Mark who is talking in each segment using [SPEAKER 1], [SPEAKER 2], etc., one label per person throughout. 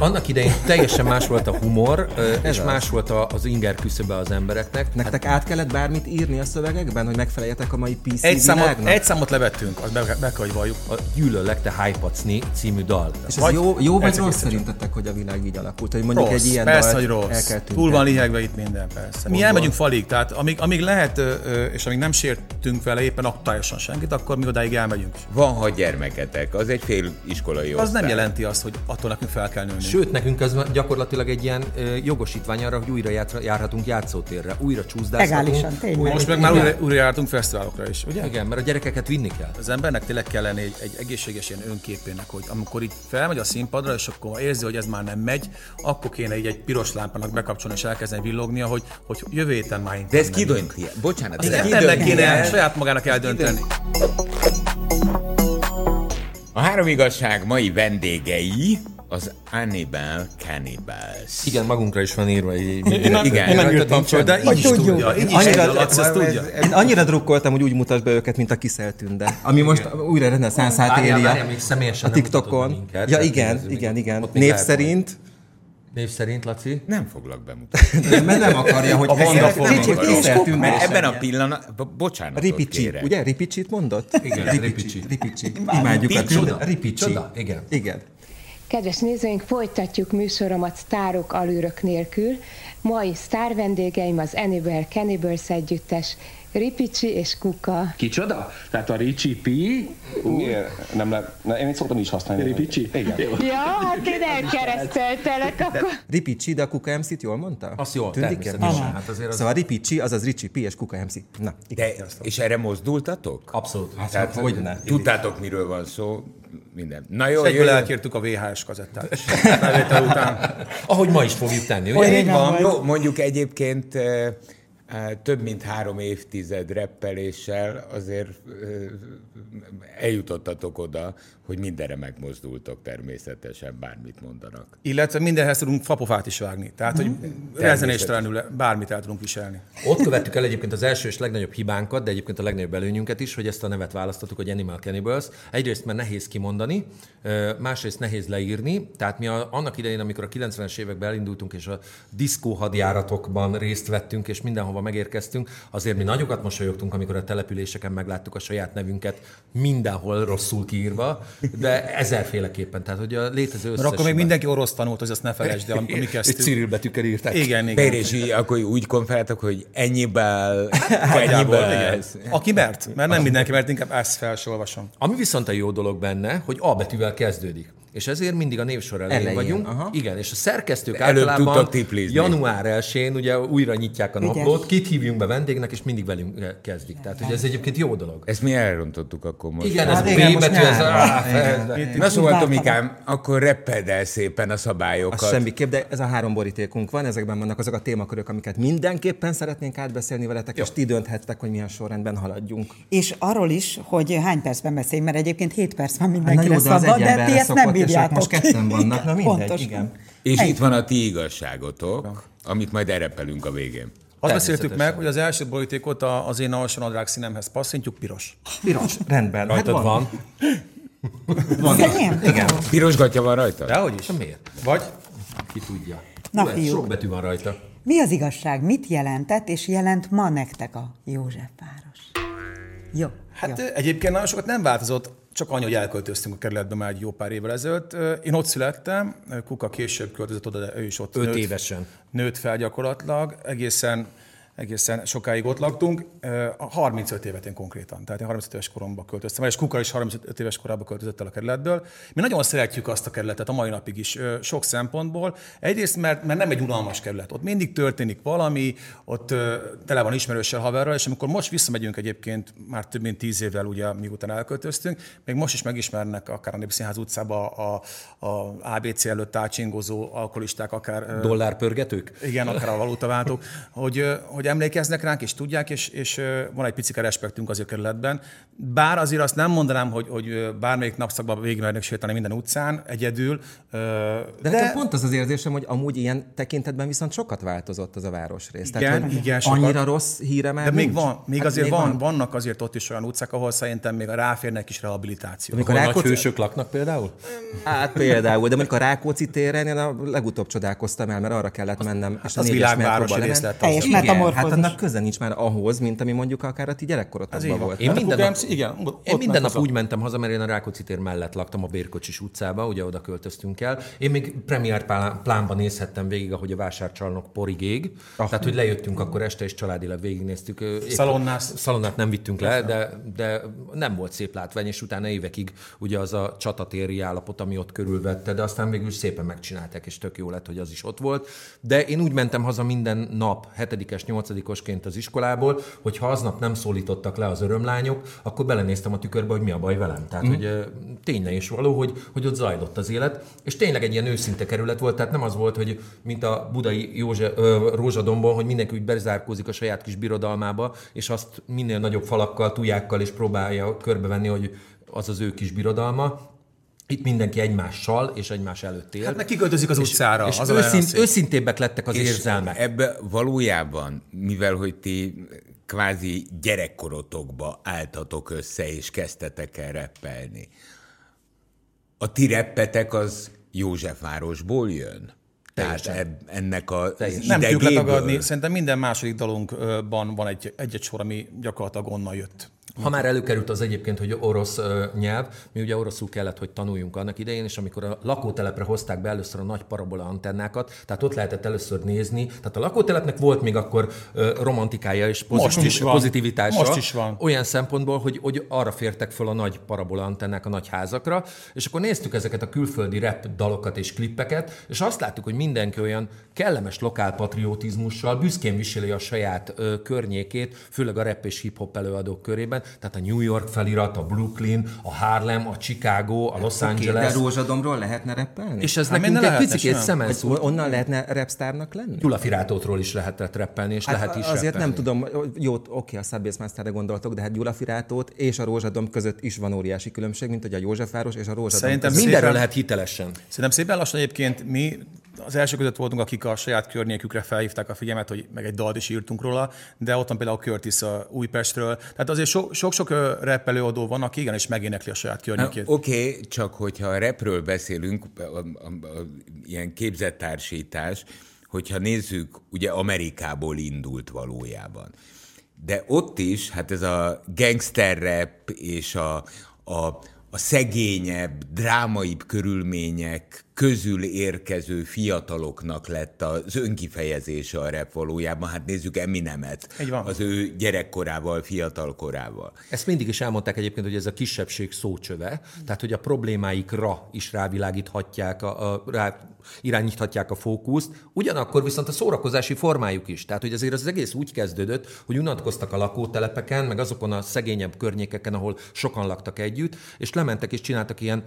[SPEAKER 1] Annak idején teljesen más volt a humor, ö, és más volt a- az inger küszöbe az embereknek.
[SPEAKER 2] Nektek át kellett bármit írni a szövegekben, hogy megfeleljetek a mai PC
[SPEAKER 3] Egy számot,
[SPEAKER 2] világnak?
[SPEAKER 3] egy számot levettünk, azt be, be kell, hogy valljuk.
[SPEAKER 1] A Gyűlölek te hypacni című dal.
[SPEAKER 2] És ez
[SPEAKER 3] Vagy-
[SPEAKER 2] jó, jó vagy
[SPEAKER 3] Ez
[SPEAKER 2] rossz
[SPEAKER 3] egészen
[SPEAKER 2] szerintetek, hogy a világ így alakult? Hogy mondjuk
[SPEAKER 3] Rossz,
[SPEAKER 2] egy ilyen
[SPEAKER 3] persze,
[SPEAKER 2] dalt
[SPEAKER 3] hogy
[SPEAKER 2] el
[SPEAKER 3] rossz.
[SPEAKER 2] kell
[SPEAKER 3] Túl van
[SPEAKER 2] tüntetni.
[SPEAKER 3] lihegve itt minden, persze. Mi elmegyünk falig, tehát amíg, amíg lehet, ö, ö, és amíg nem sértünk vele éppen aktuálisan senkit, akkor mi odáig elmegyünk.
[SPEAKER 4] Van hat gyermeketek, az egy fél iskolai
[SPEAKER 3] Az nem
[SPEAKER 4] osztály.
[SPEAKER 3] jelenti azt, hogy attól nekünk fel kell nőnünk.
[SPEAKER 1] Sőt, nekünk ez gyakorlatilag egy ilyen ö, jogosítvány arra, hogy újra játsz- járhatunk játszótérre, újra csúszdázhatunk.
[SPEAKER 5] Legálisan, tényleg.
[SPEAKER 3] Most meg már újra, újra jártunk fesztiválokra is, ugye?
[SPEAKER 1] Igen, mert a gyerekeket vinni kell.
[SPEAKER 3] Az embernek tényleg kell lenni egy, egy egészséges ilyen önképének, hogy amikor így felmegy a színpadra, és akkor érzi, hogy ez már nem megy, akkor kéne így egy piros lámpának bekapcsolni és elkezdeni villognia, hogy, hogy jövő héten már
[SPEAKER 4] De ez kidönti. Bocsánat, ez
[SPEAKER 3] Igen, ennek kéne
[SPEAKER 4] kidönti.
[SPEAKER 3] el, saját magának eldönteni.
[SPEAKER 4] A három igazság mai vendégei az Annibal Cannibals.
[SPEAKER 1] Igen, magunkra is van írva egy
[SPEAKER 4] nem- Igen. én nem
[SPEAKER 1] Rajtad
[SPEAKER 2] írtam
[SPEAKER 1] nincsen?
[SPEAKER 3] De így is
[SPEAKER 5] tudjuk.
[SPEAKER 3] tudja, így is
[SPEAKER 2] Annyira,
[SPEAKER 3] tudja, Laci, ezt tudja.
[SPEAKER 2] Én annyira drukkoltam, hogy úgy mutasd be őket, mint a kiszelt tünde. Ami most újra rendben szánszát
[SPEAKER 1] Várjál,
[SPEAKER 2] éli a,
[SPEAKER 1] várjál, még személyesen
[SPEAKER 2] a
[SPEAKER 1] nem mutatod
[SPEAKER 2] TikTokon.
[SPEAKER 1] minket,
[SPEAKER 2] ja
[SPEAKER 1] tehát
[SPEAKER 2] igen,
[SPEAKER 1] nézzük,
[SPEAKER 2] igen,
[SPEAKER 1] mit-
[SPEAKER 2] igen.
[SPEAKER 1] ott mi
[SPEAKER 2] Név
[SPEAKER 1] lehet
[SPEAKER 2] szerint,
[SPEAKER 1] Név szerint, Laci.
[SPEAKER 4] Nem foglak bemutatni.
[SPEAKER 2] mert nem akarja, hogy
[SPEAKER 3] A Vanda Forma
[SPEAKER 2] kicsit
[SPEAKER 3] akarok.
[SPEAKER 2] kiszelt tünde.
[SPEAKER 4] Mert ebben a
[SPEAKER 2] pillanatban.
[SPEAKER 4] pillanatban, bocsánat,
[SPEAKER 2] Ripicsi, ugye? Ripicsit mondott?
[SPEAKER 1] Igen, Ripicsi.
[SPEAKER 2] Ripicsi. Imádjuk a
[SPEAKER 1] Csoda.
[SPEAKER 2] tünde. Ripicsi.
[SPEAKER 1] Csoda, igen.
[SPEAKER 2] Igen.
[SPEAKER 6] Kedves nézőink, folytatjuk műsoromat sztárok alűrök nélkül. Mai sztár vendégeim az Annibal Cannibals együttes, Ripicsi és Kuka.
[SPEAKER 7] Kicsoda? Tehát a Ricsi P?
[SPEAKER 8] Miért? Nem, nem, nem, én itt szoktam is használni.
[SPEAKER 7] Ricsi?
[SPEAKER 8] Igen.
[SPEAKER 6] Ja, hát én elkereszteltelek akkor.
[SPEAKER 2] Ripicsi, de a Kuka MC-t jól mondta?
[SPEAKER 1] Azt jól,
[SPEAKER 2] Tűnik-e?
[SPEAKER 1] természetesen. Hát azért az
[SPEAKER 2] Szóval Ripicsi, azaz Ricsi P és Kuka MC. Na, igen.
[SPEAKER 4] De, és erre mozdultatok?
[SPEAKER 1] abszolút.
[SPEAKER 4] Tehát,
[SPEAKER 2] hogy ne.
[SPEAKER 4] Tudtátok, miről van szó, minden. Na jó,
[SPEAKER 3] Egyből
[SPEAKER 4] jövő.
[SPEAKER 3] elkértük a VHS kazettát. Felvétel után.
[SPEAKER 1] Ahogy ma is fogjuk tenni, ugye?
[SPEAKER 5] Olyan
[SPEAKER 4] Így
[SPEAKER 5] nem
[SPEAKER 4] van.
[SPEAKER 5] vagy.
[SPEAKER 4] Jó, mondjuk egyébként e, e, több mint három évtized reppeléssel azért e, eljutottatok oda, hogy mindenre megmozdultok természetesen, bármit mondanak.
[SPEAKER 3] Illetve mindenhez tudunk fapofát is vágni. Tehát, hogy rezenéstelenül bármit el tudunk viselni.
[SPEAKER 1] Ott követtük el egyébként az első és legnagyobb hibánkat, de egyébként a legnagyobb előnyünket is, hogy ezt a nevet választottuk, hogy Animal Cannibals. Egyrészt mert nehéz kimondani, ö, másrészt nehéz leírni. Tehát mi a, annak idején, amikor a 90-es években elindultunk, és a diszkó hadjáratokban részt vettünk, és mindenhova megérkeztünk, azért mi nagyokat mosolyogtunk, amikor a településeken megláttuk a saját nevünket mindenhol rosszul kiírva, de ezerféleképpen. Tehát, hogy a létező összes
[SPEAKER 3] Mert akkor még
[SPEAKER 1] hibát.
[SPEAKER 3] mindenki orosz tanult, hogy azt ne felejtsd el, amikor mi
[SPEAKER 1] Egy
[SPEAKER 3] kezdtük.
[SPEAKER 1] Cyril betűkkel írták.
[SPEAKER 3] Igen,
[SPEAKER 4] Miért
[SPEAKER 3] igen.
[SPEAKER 4] és így, akkor úgy konferáltak, hogy ennyiben,
[SPEAKER 3] Nagyjából,
[SPEAKER 4] ennyiben.
[SPEAKER 3] igen. Aki mert, mert nem mindenki, mert inkább ezt fel se olvasom.
[SPEAKER 1] Ami viszont a jó dolog benne, hogy A betűvel kezdődik. És ezért mindig a névsor elején
[SPEAKER 2] Elején,
[SPEAKER 1] vagyunk.
[SPEAKER 2] aha.
[SPEAKER 1] Igen, és a szerkesztők
[SPEAKER 4] Előbb
[SPEAKER 1] általában
[SPEAKER 4] tudtak tiplizni.
[SPEAKER 1] január 1-én ugye újra nyitják a
[SPEAKER 5] Ügyes.
[SPEAKER 1] naplót, kit hívjunk be vendégnek, és mindig velünk eh, kezdik. Tehát, hogy ez egyébként jó dolog.
[SPEAKER 4] Ezt mi elrontottuk akkor most.
[SPEAKER 1] Igen, ez
[SPEAKER 2] Hát
[SPEAKER 1] a
[SPEAKER 2] igen,
[SPEAKER 1] B
[SPEAKER 2] most
[SPEAKER 1] betű, ez
[SPEAKER 2] nyáron.
[SPEAKER 1] a...
[SPEAKER 4] Na szóval,
[SPEAKER 5] Vártam.
[SPEAKER 4] Tomikám, akkor repped el szépen a
[SPEAKER 2] Az
[SPEAKER 4] szabályokat.
[SPEAKER 2] semmiképp, de ez a három borítékunk van, ezekben vannak azok a témakörök, amiket mindenképpen szeretnénk átbeszélni veletek, és ti dönthettek, hogy milyen sorrendben haladjunk.
[SPEAKER 5] És arról is, hogy hány percben beszéljünk, mert egyébként 7 perc
[SPEAKER 2] Hát
[SPEAKER 5] van
[SPEAKER 2] Na jó,
[SPEAKER 5] mindenkire
[SPEAKER 2] de az
[SPEAKER 5] szabad,
[SPEAKER 2] egy
[SPEAKER 5] de ti
[SPEAKER 2] emberre
[SPEAKER 5] ezt nem
[SPEAKER 2] szokott, és ők
[SPEAKER 5] bírjátok.
[SPEAKER 2] most ketten vannak.
[SPEAKER 5] Igen,
[SPEAKER 2] Na mindegy,
[SPEAKER 5] pontosan.
[SPEAKER 2] igen.
[SPEAKER 4] És itt van a ti igazságotok, amit majd elrepelünk a végén.
[SPEAKER 3] Azt beszéltük meg, hogy az első borítékot a- az én alsó nadrág színemhez passzintjuk piros.
[SPEAKER 2] Piros, rendben.
[SPEAKER 1] Rajtad
[SPEAKER 2] hát
[SPEAKER 1] van.
[SPEAKER 5] Szerintem?
[SPEAKER 2] Igen.
[SPEAKER 4] Piros gatya van rajta?
[SPEAKER 3] Dehogy is.
[SPEAKER 1] De Miért?
[SPEAKER 3] Vagy?
[SPEAKER 1] Ki tudja.
[SPEAKER 5] Na,
[SPEAKER 1] Hú, ez
[SPEAKER 5] fiúk.
[SPEAKER 1] Sok betű van rajta.
[SPEAKER 5] Mi az igazság? Mit jelentett és jelent ma nektek a Józsefváros? Jó.
[SPEAKER 3] Hát
[SPEAKER 5] jó.
[SPEAKER 3] ö, egyébként nagyon sokat nem változott, csak annyi, hogy elköltöztünk a kerületbe már egy jó pár évvel ezelőtt. Ö, Én ott születtem, ö, Kuka később költözött oda, de ő is ott
[SPEAKER 1] Öt
[SPEAKER 3] nőtt,
[SPEAKER 1] évesen.
[SPEAKER 3] nőtt fel gyakorlatilag, egészen, egészen sokáig ott laktunk. Ö, a 35 évet én konkrétan, tehát én 35 éves koromban költöztem el, és Kuka is 35 éves korában költözött el a kerületből. Mi nagyon szeretjük azt a kerületet a mai napig is ö, sok szempontból. Egyrészt, mert, mert nem egy unalmas kerület. Ott mindig történik valami, ott ö, tele van ismerőssel, haverral, és amikor most visszamegyünk egyébként, már több mint tíz évvel ugye, miután elköltöztünk, még most is megismernek akár a Népszínház utcába a, a ABC előtt tácsingozó alkoholisták, akár ö,
[SPEAKER 1] Dollárpörgetők?
[SPEAKER 3] igen, akár a valutaváltók, hogy, ö, hogy hogy emlékeznek ránk, és tudják, és, és ö, van egy picike respektünk azért kerületben. Bár azért azt nem mondanám, hogy, hogy ö, bármelyik napszakban végigmernek sétálni minden utcán egyedül. ö,
[SPEAKER 2] De, de... Hát pont az az érzésem, hogy amúgy ilyen tekintetben viszont sokat változott az a városrész.
[SPEAKER 3] Igen,
[SPEAKER 2] hogy
[SPEAKER 3] igen, sokat.
[SPEAKER 2] annyira rossz híre már
[SPEAKER 3] De még
[SPEAKER 2] nincs?
[SPEAKER 3] van, még
[SPEAKER 2] Hát
[SPEAKER 3] azért van, van, vannak azért ott is olyan utcák, ahol szerintem még ráférnek is rehabilitáció.
[SPEAKER 2] Amikor
[SPEAKER 1] Nagy
[SPEAKER 2] Rákóczi...
[SPEAKER 1] hősök laknak például?
[SPEAKER 2] Hát például, de mondjuk a Rákóczi téren én a legutóbb csodálkoztam el, mert arra kellett mennem. És
[SPEAKER 3] az
[SPEAKER 2] négyes
[SPEAKER 3] világvárosi
[SPEAKER 2] metróba
[SPEAKER 3] rész
[SPEAKER 2] lement.
[SPEAKER 3] lett az.
[SPEAKER 5] Teljes
[SPEAKER 2] Igen, Hát
[SPEAKER 5] metamorfózis.
[SPEAKER 2] annak köze nincs már ahhoz, mint ami mondjuk akár a ti gyerekkorotokban volt.
[SPEAKER 1] Én
[SPEAKER 3] Hát
[SPEAKER 1] minden
[SPEAKER 3] Google
[SPEAKER 1] nap,
[SPEAKER 3] Maps, igen, ott
[SPEAKER 1] én minden
[SPEAKER 3] ment
[SPEAKER 1] nap
[SPEAKER 3] az a-
[SPEAKER 1] úgy mentem haza, mert én a Rákóczi tér mellett laktam a Bérkocsis utcába, ugye oda költöztünk el. Én még premier plá- plánban nézhettem végig, ahogy a vásárcsalnok porig ég. Ah. Tehát, hogy lejöttünk akkor este, és családilag végignéztük. Ö, épp-
[SPEAKER 3] Szalonnász.
[SPEAKER 1] Szalonnát nem vittünk le, de, de nem volt szép látvány, és utána évekig ugye az a csatatéri állapot, ami ott körülvette, de aztán végül szépen megcsinálták, és tök jó lett, hogy az is ott volt. De én úgy mentem haza minden nap, 7-es, 8-osként az iskolából, hogy ha aznap nem szólítottak le az örömlányok, akkor belenéztem a tükörbe, hogy mi a baj velem. Tehát, mm. hogy ö, tényleg és való, hogy, hogy ott zajlott az élet, és tényleg egy ilyen őszinte kerület volt, tehát nem az volt, hogy mint a budai Józse, ö, Rózsadombon, hogy mindenki úgy bezárkózik a saját kis birodalmába, és azt minél nagyobb falakkal, tujákkal is próbálja körbevenni, hogy az az ő kis birodalma. Itt mindenki egymással és egymás előtt él.
[SPEAKER 3] Hát meg kiköltözik az utcára.
[SPEAKER 1] és
[SPEAKER 3] az a olyan
[SPEAKER 1] őszint,
[SPEAKER 3] szép.
[SPEAKER 1] őszintébbek lettek az érzelmek.
[SPEAKER 4] Ebbe valójában, mivel hogy ti kvázi gyerekkorotokba álltatok össze, és kezdtetek el reppelni, a ti reppetek az Józsefvárosból jön? Tehát eb- ennek a
[SPEAKER 3] nem
[SPEAKER 4] idegéből-
[SPEAKER 3] tudjuk letagadni. Szerintem minden második dalunkban van egy, egy-egy sor, ami gyakorlatilag onnan jött.
[SPEAKER 1] Ha már előkerült az egyébként, hogy orosz ö, nyelv, mi ugye oroszul kellett, hogy tanuljunk annak idején, és amikor a lakótelepre hozták be először a nagy parabola antennákat, tehát ott lehetett először nézni, tehát a lakótelepnek volt még akkor ö, romantikája és pozitiv-
[SPEAKER 3] Most is van.
[SPEAKER 1] pozitivitása.
[SPEAKER 3] Most is van.
[SPEAKER 1] Olyan szempontból, hogy, hogy arra fértek föl a nagy parabola antennák a nagy házakra, és akkor néztük ezeket a külföldi rap dalokat és klippeket, és azt láttuk, hogy mindenki olyan kellemes lokálpatriotizmussal büszkén viseli a saját ö, környékét, főleg a rap és hip-hop előadók körében, tehát a New York felirat, a Brooklyn, a Harlem, a Chicago, a Los
[SPEAKER 2] Oké, de
[SPEAKER 1] Angeles.
[SPEAKER 2] Rózsadomról lehetne reppelni?
[SPEAKER 1] És ez
[SPEAKER 3] Hát
[SPEAKER 1] nekünk
[SPEAKER 3] minden
[SPEAKER 1] egy
[SPEAKER 3] lehetne,
[SPEAKER 1] picikét
[SPEAKER 3] sem?
[SPEAKER 1] szemen
[SPEAKER 2] Hogy
[SPEAKER 1] szúrt.
[SPEAKER 2] onnan lehetne repsztárnak lenni?
[SPEAKER 1] Gyula Firátótról is lehetett reppelni,
[SPEAKER 3] Hát
[SPEAKER 1] és lehet Hát is
[SPEAKER 2] azért
[SPEAKER 1] reppelni.
[SPEAKER 2] nem tudom, jó, oké, a Szabészmászterre gondoltok, de hát Gyula Firátót és a Rózsadom között is van óriási különbség, mint hogy a Józsefváros és a Rózsadom
[SPEAKER 3] Szerintem
[SPEAKER 2] között.
[SPEAKER 1] Mindenről
[SPEAKER 3] Szépen-
[SPEAKER 1] lehet hitelesen.
[SPEAKER 3] Szerintem szépen lassan egyébként mi az első között voltunk, akik a saját környékükre felhívták a figyelmet, hogy meg egy dalt is írtunk róla, de ott van például Curtis a Újpestről. Tehát azért so- sok-sok ö, rap előadó van, aki igenis megénekli a saját környékét.
[SPEAKER 4] Na, Hát, Oké, okay, csak hogyha a repről beszélünk, a, a, a, a, ilyen képzettársítás, hogyha nézzük, ugye Amerikából indult valójában. De ott is, hát ez a gangster rap és a, a, a szegényebb, drámaibb körülmények közül érkező fiataloknak lett az önkifejezése a rap valójában. Hát nézzük Eminemet,
[SPEAKER 3] Így van.
[SPEAKER 4] az ő gyerekkorával, fiatalkorával.
[SPEAKER 1] Ezt mindig is elmondták egyébként, hogy ez a kisebbség szócsöve, tehát hogy a problémáikra is rávilágíthatják, a, a, rá irányíthatják a fókuszt, ugyanakkor viszont a szórakozási formájuk is. Tehát, hogy azért az egész úgy kezdődött, hogy unatkoztak a lakótelepeken, meg azokon a szegényebb környékeken, ahol sokan laktak együtt, és lementek és csináltak ilyen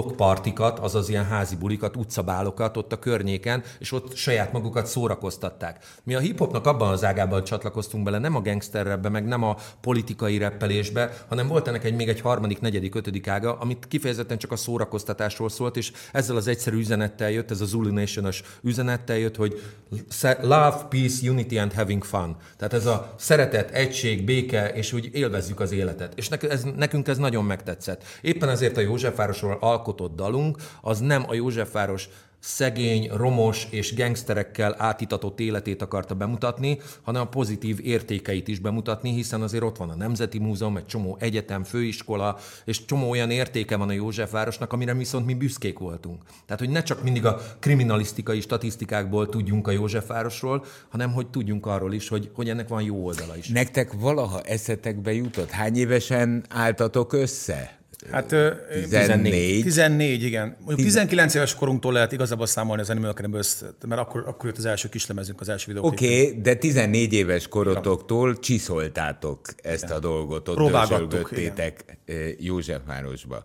[SPEAKER 1] blokkpartikat, azaz ilyen házi bulikat, utcabálokat ott a környéken, és ott saját magukat szórakoztatták. Mi a hiphopnak abban az ágában csatlakoztunk bele, nem a gangsterrebbe, meg nem a politikai reppelésbe, hanem volt ennek egy, még egy harmadik, negyedik, ötödik ága, amit kifejezetten csak a szórakoztatásról szólt, és ezzel az egyszerű üzenettel jött, ez a Zulu nation üzenettel jött, hogy sze- love, peace, unity and having fun. Tehát ez a szeretet, egység, béke, és úgy élvezzük az életet. És nek- ez, nekünk ez nagyon megtetszett. Éppen ezért a Józsefvárosról alkotott dalunk, az nem a Józsefváros szegény, romos és gengszterekkel átitatott életét akarta bemutatni, hanem a pozitív értékeit is bemutatni, hiszen azért ott van a Nemzeti Múzeum, egy csomó egyetem, főiskola, és csomó olyan értéke van a Józsefvárosnak, amire viszont mi büszkék voltunk. Tehát, hogy ne csak mindig a kriminalisztikai statisztikákból tudjunk a Józsefvárosról, hanem hogy tudjunk arról is, hogy, hogy ennek van jó oldala
[SPEAKER 3] Hát
[SPEAKER 1] is.
[SPEAKER 4] Nektek valaha eszetekbe jutott? Hány évesen álltatok össze?
[SPEAKER 3] Hát ö,
[SPEAKER 4] 14.
[SPEAKER 3] 14, igen. Mondjuk 19 éves korunktól lehet igazából számolni az Animal Cannibals, mert akkor, akkor jött az első kislemezünk, az első videó.
[SPEAKER 4] Oké, okay, de 14 éves korotoktól csiszoltátok ezt a dolgot, ott
[SPEAKER 3] Próbálgattuk,
[SPEAKER 4] dörzsölgöttétek ö, Józsefvárosba. eh,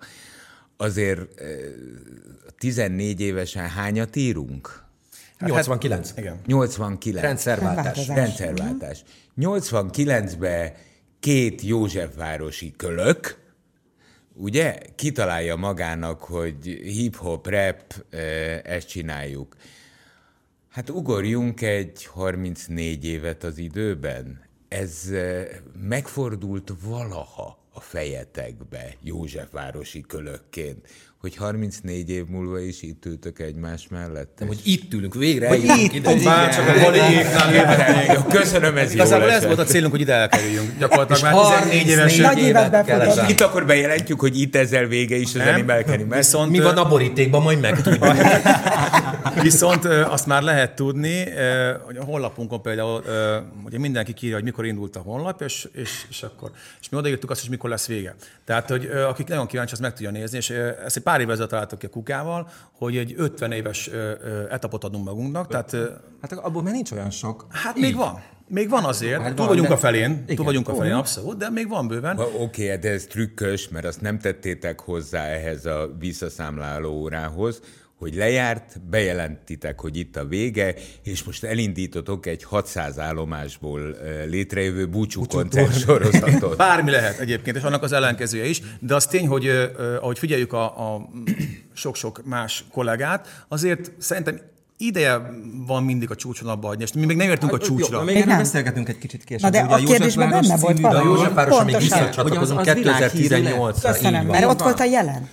[SPEAKER 4] Azért ö, 14 évesen hányat írunk?
[SPEAKER 3] Hát
[SPEAKER 1] 89.
[SPEAKER 3] igen.
[SPEAKER 4] 89.
[SPEAKER 1] Rendszerváltás.
[SPEAKER 4] Rendszerváltás. 89-ben két Józsefvárosi kölök, ugye, kitalálja magának, hogy hip-hop, rap, eh, ezt csináljuk. Hát ugorjunk egy 34 évet az időben. Ez eh, megfordult valaha a fejetekbe Józsefvárosi kölökként, hogy 34 év múlva is itt ültök egymás mellett.
[SPEAKER 1] Hogy itt ülünk, végre eljövünk ide.
[SPEAKER 3] Már csak a baléjéknál
[SPEAKER 4] Értem. Köszönöm, ez jó
[SPEAKER 3] Igazából ez
[SPEAKER 4] lesz.
[SPEAKER 3] volt a célunk, hogy ide elkerüljünk. Gyakorlatilag
[SPEAKER 1] És
[SPEAKER 3] már 14 évesen.
[SPEAKER 1] 34
[SPEAKER 5] Nagy évet
[SPEAKER 1] kellett
[SPEAKER 5] befogadni.
[SPEAKER 4] Itt akkor bejelentjük, hogy itt ezzel vége is az Animal Canimals.
[SPEAKER 3] Viszont,
[SPEAKER 1] Mi van a borítékban, majd megtudjuk.
[SPEAKER 3] Viszont ö, azt már lehet tudni, ö, hogy a honlapunkon például ö, ugye mindenki írja, hogy mikor indult a honlap, és, és, és akkor. És mi odaírtuk azt, hogy mikor lesz vége. Tehát, hogy ö, akik nagyon kíváncsi, azt meg tudja nézni, és ö, ezt egy pár évvel ezelőtt találtuk ki a kukával, hogy egy 50 éves ö, ö, etapot adunk magunknak, tehát ö,
[SPEAKER 2] Hát abból már nincs olyan sok.
[SPEAKER 3] hát még van. Még van azért, túl
[SPEAKER 2] van,
[SPEAKER 3] vagyunk
[SPEAKER 2] de-
[SPEAKER 3] a felén, túl
[SPEAKER 2] Igen.
[SPEAKER 3] vagyunk a felén, abszolút, de még van bőven.
[SPEAKER 4] Ha, Oké, okay, de ez trükkös, mert azt nem tettétek hozzá ehhez a visszaszámláló órához, hogy lejárt, bejelentitek, hogy itt a vége, és most elindítotok egy 600 állomásból ö, létrejövő búcsú koncert sorozatot.
[SPEAKER 3] Bármi lehet egyébként, és annak az ellenkezője is, de az tény, hogy ö, ö, ahogy figyeljük a, a sok-sok más kollégát, azért szerintem ideje van mindig a csúcson abba hagyni, és Hát, mi még nem értünk a
[SPEAKER 2] Jó,
[SPEAKER 3] csúcsra.
[SPEAKER 2] még erről
[SPEAKER 5] nem.
[SPEAKER 2] beszélgetünk egy kicsit
[SPEAKER 5] Na
[SPEAKER 2] később.
[SPEAKER 5] de
[SPEAKER 2] ugye
[SPEAKER 5] a kérdésben
[SPEAKER 2] Józsefváros
[SPEAKER 5] benne volt
[SPEAKER 2] című dal-
[SPEAKER 1] A
[SPEAKER 5] valami.
[SPEAKER 1] Józsefváros, amíg
[SPEAKER 5] Pontosan.
[SPEAKER 1] visszacsatlakozunk
[SPEAKER 2] Hogy az- az világhírű lett.
[SPEAKER 1] 2018-ra.
[SPEAKER 5] Köszönöm,
[SPEAKER 1] így
[SPEAKER 5] mert
[SPEAKER 1] van.
[SPEAKER 5] ott volt a jelen.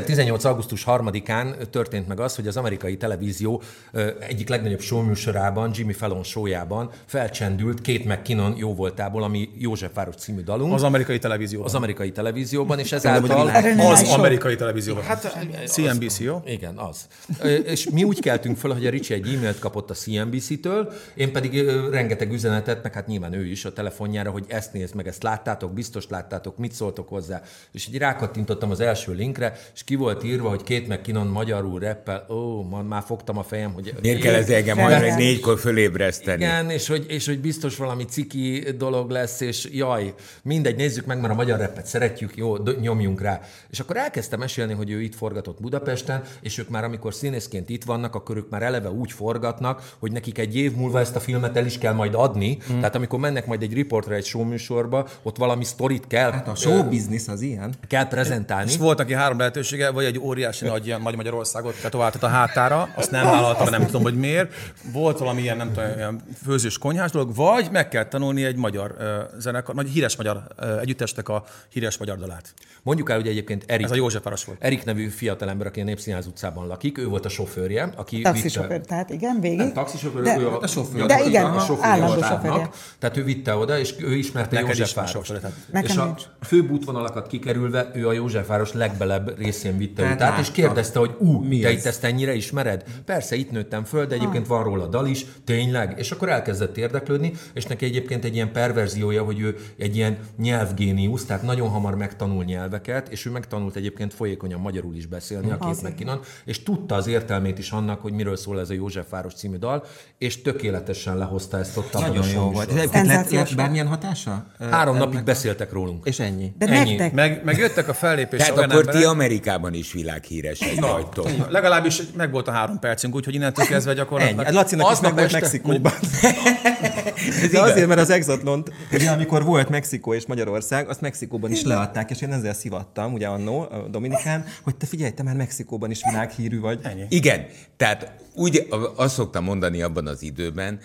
[SPEAKER 1] 2018. augusztus 3-án történt meg az, hogy az amerikai televízió ö, egyik legnagyobb showműsorában, Jimmy Fallon showjában felcsendült két McKinnon jóvoltából, ami Józsefváros című dalunk.
[SPEAKER 3] Az amerikai televízióban.
[SPEAKER 1] az
[SPEAKER 3] Az,
[SPEAKER 1] amerikai televízióban, és ezáltal...
[SPEAKER 5] Erről nem áll
[SPEAKER 3] az
[SPEAKER 5] szó.
[SPEAKER 3] amerikai televízióban. Hát, CNBC, jó?
[SPEAKER 1] Igen, az. Ö, És mi úgy keltünk föl, hogy a Ricsi egy e-mailt kapott a CNBC-től, én pedig ö, rengeteg üzenetet, meg hát nyilván ő is a telefonjára, hogy ezt nézd meg, ezt láttátok, biztos láttátok, mit szóltok hozzá. És így rákattintottam az első linkre, és ki volt írva, hogy két meg kinon magyarul reppel, ó, man, már fogtam a fejem, hogy...
[SPEAKER 4] Miért kell ez engem majd
[SPEAKER 5] Felvesz.
[SPEAKER 4] meg négykor fölébreszteni?
[SPEAKER 1] Igen, és hogy, és hogy biztos valami ciki dolog lesz, és jaj, mindegy, nézzük meg, mert a magyar repet szeretjük, jó, d- nyomjunk rá. És akkor elkezdtem mesélni, hogy ő itt forgatott Budapesten, és ők már amikor színészként itt vannak, akkor ők már eleve úgy forgatnak, hogy nekik egy év múlva ezt a filmet el is kell majd adni. Mm. Tehát amikor mennek majd egy riportra, egy showműsorba, ott valami sztorit kell,
[SPEAKER 2] Hát a show business az ilyen.
[SPEAKER 1] kell prezentálni.
[SPEAKER 3] És volt neki három lehetősége, vagy egy óriási nagy, ilyen nagy Magyarországot tetováltat a hátára, azt nem vállalta, mert nem tudom, hogy miért. Volt valami ilyen, nem tudom, ilyen főzős konyhás dolog, vagy meg kell tanulni egy magyar uh, zenekar, nagy híres magyar uh, együttestek a híres magyar dalát.
[SPEAKER 1] Mondjuk el, hogy egyébként Erik,
[SPEAKER 3] Ez a Józsefváros volt.
[SPEAKER 1] Erik nevű fiatalember, aki a Népszínház utcában lakik, ő volt a sofőrje, aki vitte-
[SPEAKER 5] Taxisofőr, tehát igen, végig.
[SPEAKER 3] Hát
[SPEAKER 5] Nem
[SPEAKER 1] taxisofőr,
[SPEAKER 5] de,
[SPEAKER 1] ő a, a sofőr.
[SPEAKER 5] De igen,
[SPEAKER 1] a sofőr
[SPEAKER 5] állandó
[SPEAKER 1] volt
[SPEAKER 5] sofőrje.
[SPEAKER 1] Ádámnak. Tehát ő vitte oda, és ő ismerte
[SPEAKER 3] Neked is van
[SPEAKER 1] Józsefvárost.
[SPEAKER 3] sofőr, tehát.
[SPEAKER 5] Nekem
[SPEAKER 1] és a
[SPEAKER 5] nincs.
[SPEAKER 1] főbb útvonalakat kikerülve ő a Józsefváros legbelebb részén vitte őt át, és
[SPEAKER 2] láttam.
[SPEAKER 1] kérdezte, hogy ú, Mi te itt ezt ennyire ismered? Persze, itt nőttem föl, de egyébként van róla dal is, tényleg. És akkor elkezdett érdeklődni, és neki egyébként egy ilyen perverziója, hogy ő egy ilyen nyelvgéniusz, tehát nagyon hamar megtanul nyelveket, és ő megtanult egyébként folyékonyan magyarul is beszélni, a két megkinan, és tudta az értelmét is annak, hogy miről szól ez a Józsefváros című dal, és tökéletesen lehozta ezt ott abban a
[SPEAKER 2] Nagyon jó volt. És
[SPEAKER 1] volt.
[SPEAKER 2] egyébként lett
[SPEAKER 5] Szenzációs
[SPEAKER 2] ilyen- bármilyen hatása?
[SPEAKER 1] Három napig beszéltek rólunk.
[SPEAKER 2] És ennyi.
[SPEAKER 5] De
[SPEAKER 1] Ennyi.
[SPEAKER 5] nektek
[SPEAKER 3] Meg, meg jöttek a fellépésre
[SPEAKER 4] Tehát
[SPEAKER 3] olyan
[SPEAKER 4] akkor ti
[SPEAKER 3] emberek,
[SPEAKER 4] Amerikában is világhíresek vagytok.
[SPEAKER 3] legalábbis meg volt a három percünk, úgyhogy innentől kezdve
[SPEAKER 2] Ennyi. Hát
[SPEAKER 3] gyakorlatilag...
[SPEAKER 2] Lacinak is
[SPEAKER 1] Aznap
[SPEAKER 2] meg volt
[SPEAKER 1] este-
[SPEAKER 2] Mexikóban. De azért, mert az Exatlont, ugye amikor volt Mexikó és Magyarország, azt Mexikóban is leadták, és én ezzel szivattam, ugye annó, a Dominikán, hogy te figyelj, te már Mexikóban is világhírű vagy. Ennyi.
[SPEAKER 4] Igen, tehát úgy azt szoktam mondani abban az időben,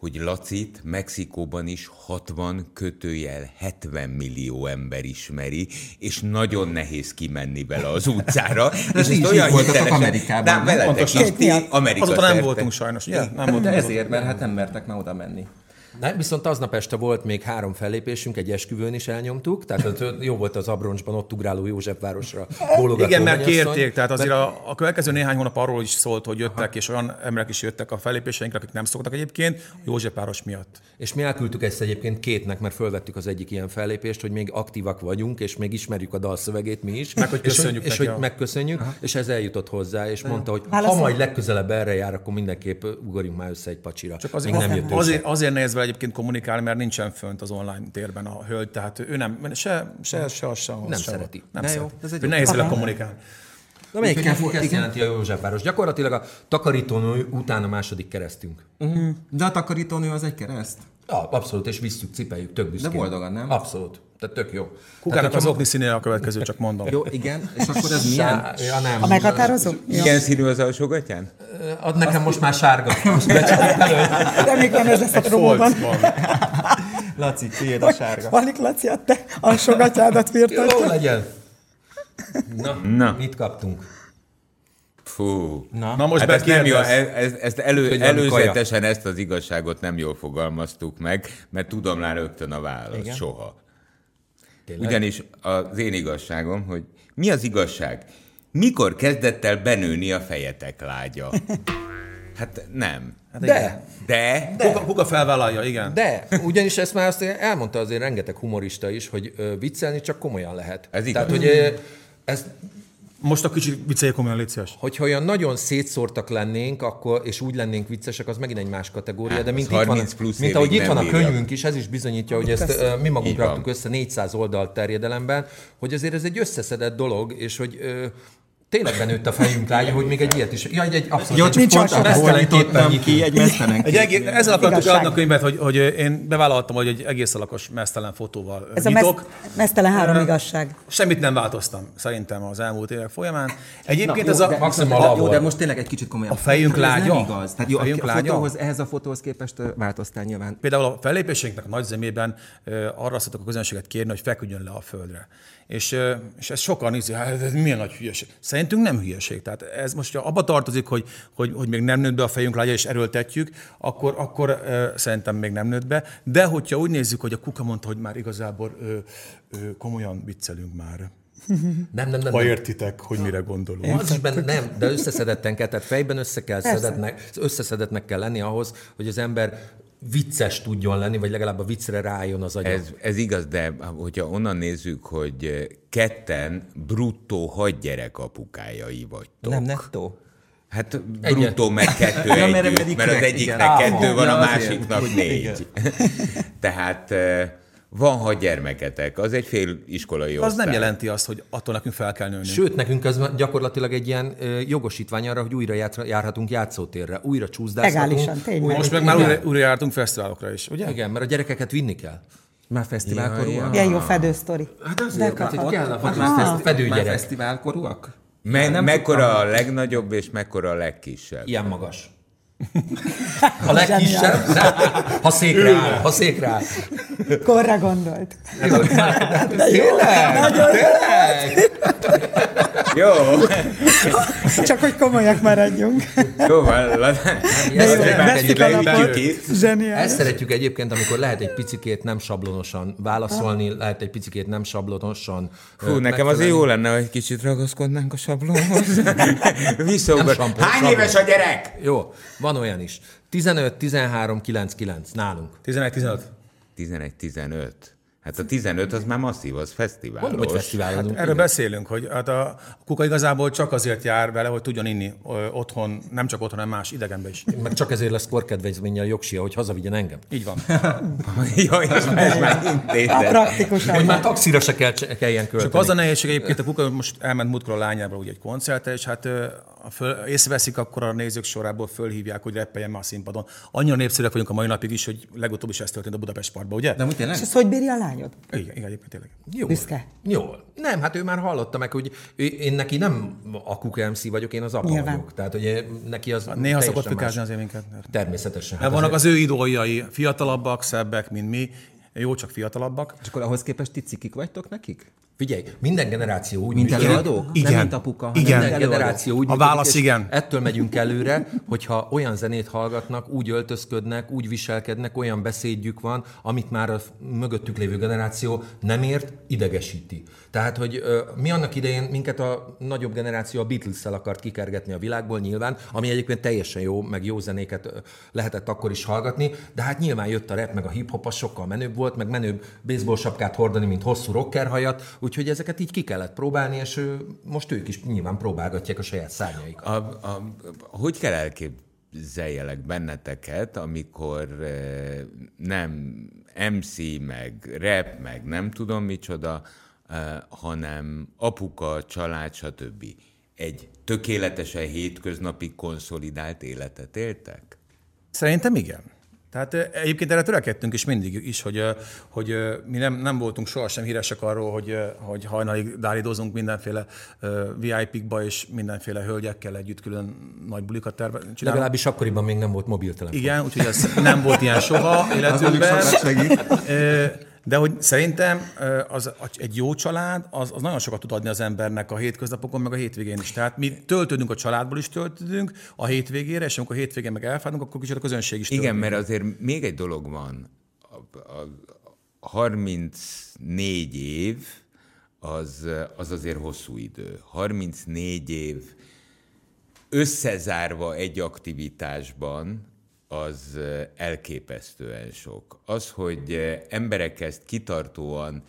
[SPEAKER 4] hogy Lacit Mexikóban is 60 kötőjel 70 millió ember ismeri, és nagyon nehéz kimenni vele az utcára. és
[SPEAKER 2] ti is így voltatok Amerikában,
[SPEAKER 4] Nem,
[SPEAKER 2] nem?
[SPEAKER 4] veletek
[SPEAKER 3] Pontosan.
[SPEAKER 4] is, ti Amerika
[SPEAKER 3] Azóta nem
[SPEAKER 4] szerte.
[SPEAKER 3] voltunk sajnos. Ja, nem
[SPEAKER 2] De
[SPEAKER 3] voltunk
[SPEAKER 2] ezért, mert hát nem mertek már oda menni.
[SPEAKER 1] Nem, viszont aznap este volt még három fellépésünk, egy esküvőn is elnyomtuk, tehát ott jó volt az abroncsban ott ugráló Józsefvárosra bólogató
[SPEAKER 3] Igen, mert
[SPEAKER 1] mennyasszony.
[SPEAKER 3] kérték, tehát azért a, a következő néhány hónap arról is szólt, hogy jöttek, és olyan emberek is jöttek a fellépéseinkre, akik nem szoktak egyébként, Józsefváros miatt.
[SPEAKER 1] És mi elküldtük ezt egyébként kétnek, mert fölvettük az egyik ilyen fellépést, hogy még aktívak vagyunk, és még ismerjük a dalszövegét mi is.
[SPEAKER 3] Meg, hogy
[SPEAKER 1] és hogy,
[SPEAKER 3] köszönjük
[SPEAKER 1] és
[SPEAKER 3] neki
[SPEAKER 1] hogy
[SPEAKER 3] a-
[SPEAKER 1] megköszönjük, és ez eljutott hozzá, és mondta, hogy
[SPEAKER 5] Válaszol?
[SPEAKER 1] ha majd legközelebb erre jár, akkor mindenképp ugorjunk már össze egy pacsira. Csak
[SPEAKER 3] Azért,
[SPEAKER 1] még nem jött össze.
[SPEAKER 3] azért, azért nehéz vele egyébként kommunikálni, mert nincsen fönt az online térben a hölgy, tehát ő nem, se, se, se, se, se
[SPEAKER 1] Nem szereti.
[SPEAKER 3] Nem
[SPEAKER 1] De
[SPEAKER 3] szereti. Jó, nehéz vele kommunikálni.
[SPEAKER 1] Na, melyik nekünk ezt jelenti a Józsefváros. Gyakorlatilag a takarítónő után a második keresztünk.
[SPEAKER 2] De a takarítónő az egy kereszt.
[SPEAKER 1] Ja, abszolút, és visszük, cipeljük, tök büszkén.
[SPEAKER 2] boldogan, nem?
[SPEAKER 1] Abszolút. Tehát tök jó.
[SPEAKER 3] Kukának az okni színél a következő, csak mondom.
[SPEAKER 2] Jó, igen. És akkor ez milyen?
[SPEAKER 1] Sá- Ja, nem.
[SPEAKER 5] A meghatározó? Jó.
[SPEAKER 4] Milyen színű az alsógatyán?
[SPEAKER 1] Ad nekem most már sárga. Most
[SPEAKER 5] Reméljük nem ez lesz a promóban.
[SPEAKER 3] Volkswagen.
[SPEAKER 2] Laci, tiéd a sárga.
[SPEAKER 5] Valik Laci,
[SPEAKER 2] hát
[SPEAKER 5] a te alsogatyádat
[SPEAKER 1] jó
[SPEAKER 5] virtatja.
[SPEAKER 1] legyen. Na, Na, mit kaptunk?
[SPEAKER 4] Fú.
[SPEAKER 3] Na most
[SPEAKER 4] Hát ezt, nem jó,
[SPEAKER 3] bekérdez.
[SPEAKER 4] ez, ez, ezt elő,
[SPEAKER 1] Hogy van
[SPEAKER 4] előzetesen ezt az igazságot nem jól fogalmaztuk meg, mert tudom rá rögtön a választ. Igen. Soha.
[SPEAKER 1] Tényleg?
[SPEAKER 4] Ugyanis az én igazságom, hogy mi az igazság? Mikor kezdett el benőni a fejetek lágya? Hát nem.
[SPEAKER 3] De.
[SPEAKER 4] De,
[SPEAKER 3] Kuka, Kuka felvállalja, igen.
[SPEAKER 1] De, ugyanis ezt már azt elmondta azért rengeteg humorista is, hogy ö, viccelni csak komolyan lehet.
[SPEAKER 4] Ez igaz.
[SPEAKER 1] Tehát, hogy ö, ez,
[SPEAKER 3] Most a kicsit viccelj komolyan, légy szíves.
[SPEAKER 1] hogyha olyan nagyon szétszórtak lennénk, akkor, és úgy lennénk viccesek, az megint egy más kategória,
[SPEAKER 4] Hát,
[SPEAKER 1] de mint,
[SPEAKER 4] az
[SPEAKER 1] itt van,
[SPEAKER 4] 30 plusz
[SPEAKER 1] mint
[SPEAKER 4] évig
[SPEAKER 1] ahogy itt
[SPEAKER 4] nem
[SPEAKER 1] van a
[SPEAKER 4] bírja.
[SPEAKER 1] könyvünk is, ez is bizonyítja, hogy ezt ö, mi magunk
[SPEAKER 4] Így van.
[SPEAKER 1] raktuk össze 400 oldalt terjedelemben, hogy azért ez egy összeszedett dolog, és hogy ö, tényleg benőtt a fejünk lágya, hogy még egy ilyet is. Ja, egy, egy abszolút
[SPEAKER 2] Jó,
[SPEAKER 1] egy-
[SPEAKER 2] csak pont
[SPEAKER 1] mesztelen
[SPEAKER 2] abból
[SPEAKER 1] képen
[SPEAKER 2] nyitottam
[SPEAKER 1] nyitni.
[SPEAKER 2] ki egy mesztelen
[SPEAKER 3] Egy egész, ezzel akartuk
[SPEAKER 5] Igazság.
[SPEAKER 3] adni a könyvet, hogy, hogy én bevállaltam, hogy egy egész alakos mesztelen fotóval
[SPEAKER 5] Ez a
[SPEAKER 3] nyitok.
[SPEAKER 5] meszt- mesztelen három
[SPEAKER 3] Ö,
[SPEAKER 5] igazság.
[SPEAKER 3] Semmit nem változtam, szerintem az elmúlt évek folyamán. Egyébként ez a...
[SPEAKER 1] maximum
[SPEAKER 2] de, jó,
[SPEAKER 1] alapból.
[SPEAKER 2] de most tényleg egy kicsit komolyan.
[SPEAKER 3] A fejünk
[SPEAKER 2] Ez nem
[SPEAKER 3] lágya?
[SPEAKER 2] igaz.
[SPEAKER 1] Hát
[SPEAKER 2] Tehát
[SPEAKER 3] A
[SPEAKER 2] jó, a,
[SPEAKER 3] fejünk
[SPEAKER 2] a
[SPEAKER 3] lágya?
[SPEAKER 2] fotóhoz, ehhez a fotóhoz képest ö, változtál nyilván.
[SPEAKER 3] Például a fellépéseinknek a nagy zömében ö, arra szoktuk a közönséget kérni, hogy feküdjön le a földre. És, ö, és ez sokan nézi, hát ez milyen nagy hülyeség. Szerintünk nem hülyeség. Tehát ez most, ha abba tartozik, hogy, hogy, hogy még nem nőtt be a fejünk lágya, és erőltetjük, akkor, akkor ö, szerintem még nem nőtt be. De hogyha úgy nézzük, hogy a kuka mondta, hogy már igazából ö, ö, komolyan viccelünk már.
[SPEAKER 1] Nem, nem, nem.
[SPEAKER 3] Ha
[SPEAKER 1] nem.
[SPEAKER 3] értitek, hogy mire gondolunk.
[SPEAKER 1] Az is benne, nem, de összeszedetten kell, tehát fejben össze kell szedetnek, összeszedettnek kell lenni ahhoz, hogy az ember vicces tudjon lenni, vagy legalább a viccre rájön az agya.
[SPEAKER 4] Ez, ez igaz, de hogyha onnan nézzük, hogy ketten bruttó hadgyerek apukájai vagytok.
[SPEAKER 2] Nem nettó.
[SPEAKER 4] Hát
[SPEAKER 1] Egyet.
[SPEAKER 4] bruttó meg kettő
[SPEAKER 2] Ja, mert
[SPEAKER 4] együtt,
[SPEAKER 2] pedig
[SPEAKER 4] mert az
[SPEAKER 2] meg, igen.
[SPEAKER 4] egyiknek
[SPEAKER 2] Á,
[SPEAKER 4] kettő van, a
[SPEAKER 2] ja, azért.
[SPEAKER 4] másiknak négy. Tehát eh, van hat gyermeketek, az egy fél iskolai
[SPEAKER 3] Az
[SPEAKER 4] osztály.
[SPEAKER 3] nem jelenti azt, hogy attól nekünk fel kell nőni.
[SPEAKER 1] Sőt, nekünk ez már gyakorlatilag egy ilyen ö, jogosítvány arra, hogy újra játsz- járhatunk játszótérre, újra csúszdászhatunk.
[SPEAKER 5] Legálisan, tényleg.
[SPEAKER 3] Most meg már újra, újra jártunk fesztiválokra is, ugye?
[SPEAKER 1] Igen, mert a gyerekeket vinni kell.
[SPEAKER 2] Már fesztiválkorúak?
[SPEAKER 5] Milyen jó fedősztori.
[SPEAKER 2] Hát
[SPEAKER 5] De
[SPEAKER 2] azért,
[SPEAKER 5] kapod.
[SPEAKER 2] ott-
[SPEAKER 1] kell a
[SPEAKER 2] ott
[SPEAKER 1] fotós
[SPEAKER 2] már
[SPEAKER 1] feszti-
[SPEAKER 2] feszti-
[SPEAKER 1] fedőgyerek.
[SPEAKER 2] Már fesztiválkorúak?
[SPEAKER 4] Me- mekkora a legnagyobb, és mekkora a legkisebb?
[SPEAKER 1] Ilyen magas. A legkisebb, nem, ha székre áll, ha székre áll.
[SPEAKER 5] Korra gondolt.
[SPEAKER 4] Jó,
[SPEAKER 5] Csak hogy komolyak maradjunk.
[SPEAKER 4] jó van. la-
[SPEAKER 1] Ezt
[SPEAKER 5] jó,
[SPEAKER 1] szeretjük
[SPEAKER 5] vesztük a
[SPEAKER 1] egyébként.
[SPEAKER 5] napot.
[SPEAKER 4] Kicsit.
[SPEAKER 5] Zseniális.
[SPEAKER 1] Ezt szeretjük egyébként, amikor lehet egy picikét nem sablonosan válaszolni,
[SPEAKER 3] Ah.
[SPEAKER 1] lehet egy picikét nem sablonosan. ö,
[SPEAKER 4] Hú, nekem azért jó lenne, hogy kicsit ragaszkodnánk a sablonhoz.
[SPEAKER 1] Nem
[SPEAKER 4] Visszaugrott.
[SPEAKER 1] sampó,
[SPEAKER 4] Hány
[SPEAKER 1] sablon.
[SPEAKER 4] éves a gyerek?
[SPEAKER 1] Jó, van olyan is. 15, 13, 9, 9 nálunk.
[SPEAKER 3] 11-15.
[SPEAKER 4] 11-15. Hát a 15 az már masszív, az fesztivál.
[SPEAKER 1] Mondom, hogy fesztiválozunk.
[SPEAKER 3] Erről beszélünk, hogy hát a a kuka igazából csak azért jár vele, hogy tudjon inni ö, otthon, nem csak otthon, hanem más idegenbe is.
[SPEAKER 1] Meg csak ezért lesz korkedvezménye a jogsia, hogy hazavigyen engem.
[SPEAKER 3] Így van.
[SPEAKER 4] Jaj, ez már- már intézet.
[SPEAKER 5] Praktikusan.
[SPEAKER 1] Hogy már taxira se kell, se kelljen költeni.
[SPEAKER 3] Csak az a nehézség egyébként, a kuka most elment múltkor a lányába ugye egy koncertre, és hát ö, a föl, észreveszik, akkor a nézők sorából fölhívják, hogy reppeljen már a színpadon. Annyira népszerűek vagyunk a mai napig is, hogy legutóbb is ez történt a Budapest Parkban, ugye?
[SPEAKER 2] De úgy tényleg?
[SPEAKER 5] És ezt hogy bírja a lányod?
[SPEAKER 3] Igen, igen, egyébként tényleg.
[SPEAKER 1] Jól.
[SPEAKER 5] Büszke.
[SPEAKER 1] Jól. Nem, hát ő már hallotta meg, hogy ő, én neki nem a kuka MC vagyok, én az apa
[SPEAKER 5] Nyilván.
[SPEAKER 1] vagyok. Tehát, hogy eh, neki az
[SPEAKER 3] Hát Néha
[SPEAKER 1] teljesen
[SPEAKER 3] szokott Hát
[SPEAKER 1] más. Hát
[SPEAKER 3] fikázni azért minket. mert-
[SPEAKER 1] Természetesen.
[SPEAKER 3] Mert vannak az ő idoljai, fiatalabbak, szebbek, mint mi. Jó, csak fiatalabbak.
[SPEAKER 2] És akkor ahhoz képest ti cikik vagytok nekik?
[SPEAKER 1] Figyelj, minden generáció úgy
[SPEAKER 2] Mint
[SPEAKER 1] működik,
[SPEAKER 2] előadók?
[SPEAKER 3] Igen.
[SPEAKER 2] Nem mint apuka, hanem
[SPEAKER 3] Igen.
[SPEAKER 2] mint
[SPEAKER 1] Minden
[SPEAKER 2] előadók.
[SPEAKER 1] generáció úgy
[SPEAKER 3] A
[SPEAKER 1] működik,
[SPEAKER 3] válasz
[SPEAKER 1] és
[SPEAKER 3] igen.
[SPEAKER 1] Ettől megyünk előre, hogyha olyan zenét hallgatnak, úgy öltözködnek, úgy viselkednek, olyan beszédjük van, amit már a f- mögöttük lévő generáció nem ért, idegesíti. Tehát, hogy ö, mi annak idején minket a nagyobb generáció a Beatles-szel akart kikergetni a világból nyilván, ami egyébként teljesen jó, meg jó zenéket ö, lehetett akkor is hallgatni, de hát nyilván jött a rap, meg a hip-hop, az sokkal menőbb volt, meg menőbb baseball sapkát hordani, mint hosszú rockerhajat, úgyhogy ezeket így ki kellett próbálni, és ö, most ők is nyilván próbálgatják a saját szárnyaikat.
[SPEAKER 4] A, a, hogy kell elképzeljelek benneteket, amikor eh, nem MC, meg rap, meg e, nem tudom micsoda, eh, hanem apuka, család, stb. egy tökéletesen hétköznapi konszolidált életet éltek?
[SPEAKER 3] Szerintem igen. Tehát eh, egyébként erre törekedtünk is mindig is, hogy, eh, hogy eh, mi nem, nem voltunk sohasem híresek arról, hogy, eh, hogy hajnalig dálidozunk mindenféle VIP-kba és mindenféle hölgyekkel együtt külön nagy bulikat terve, csinálunk.
[SPEAKER 1] Legalábbis akkoriban még nem volt mobiltelefon.
[SPEAKER 3] Igen, úgyhogy ez nem volt ilyen soha életünkben.
[SPEAKER 2] sokat segít.
[SPEAKER 3] Ö, De hogy szerintem ö, az, egy jó család, az, az nagyon sokat tud adni az embernek a hétköznapokon, meg a hétvégén is. Tehát mi töltődünk a családból is töltődünk a hétvégére, és amikor a hétvégén meg elfáradunk, akkor kicsit a közönség is
[SPEAKER 4] Igen, mert azért még egy dolog van. A, a, a 34 év az, az azért hosszú idő. 34 év összezárva egy aktivitásban az elképesztően sok. Az, hogy emberek ezt kitartóan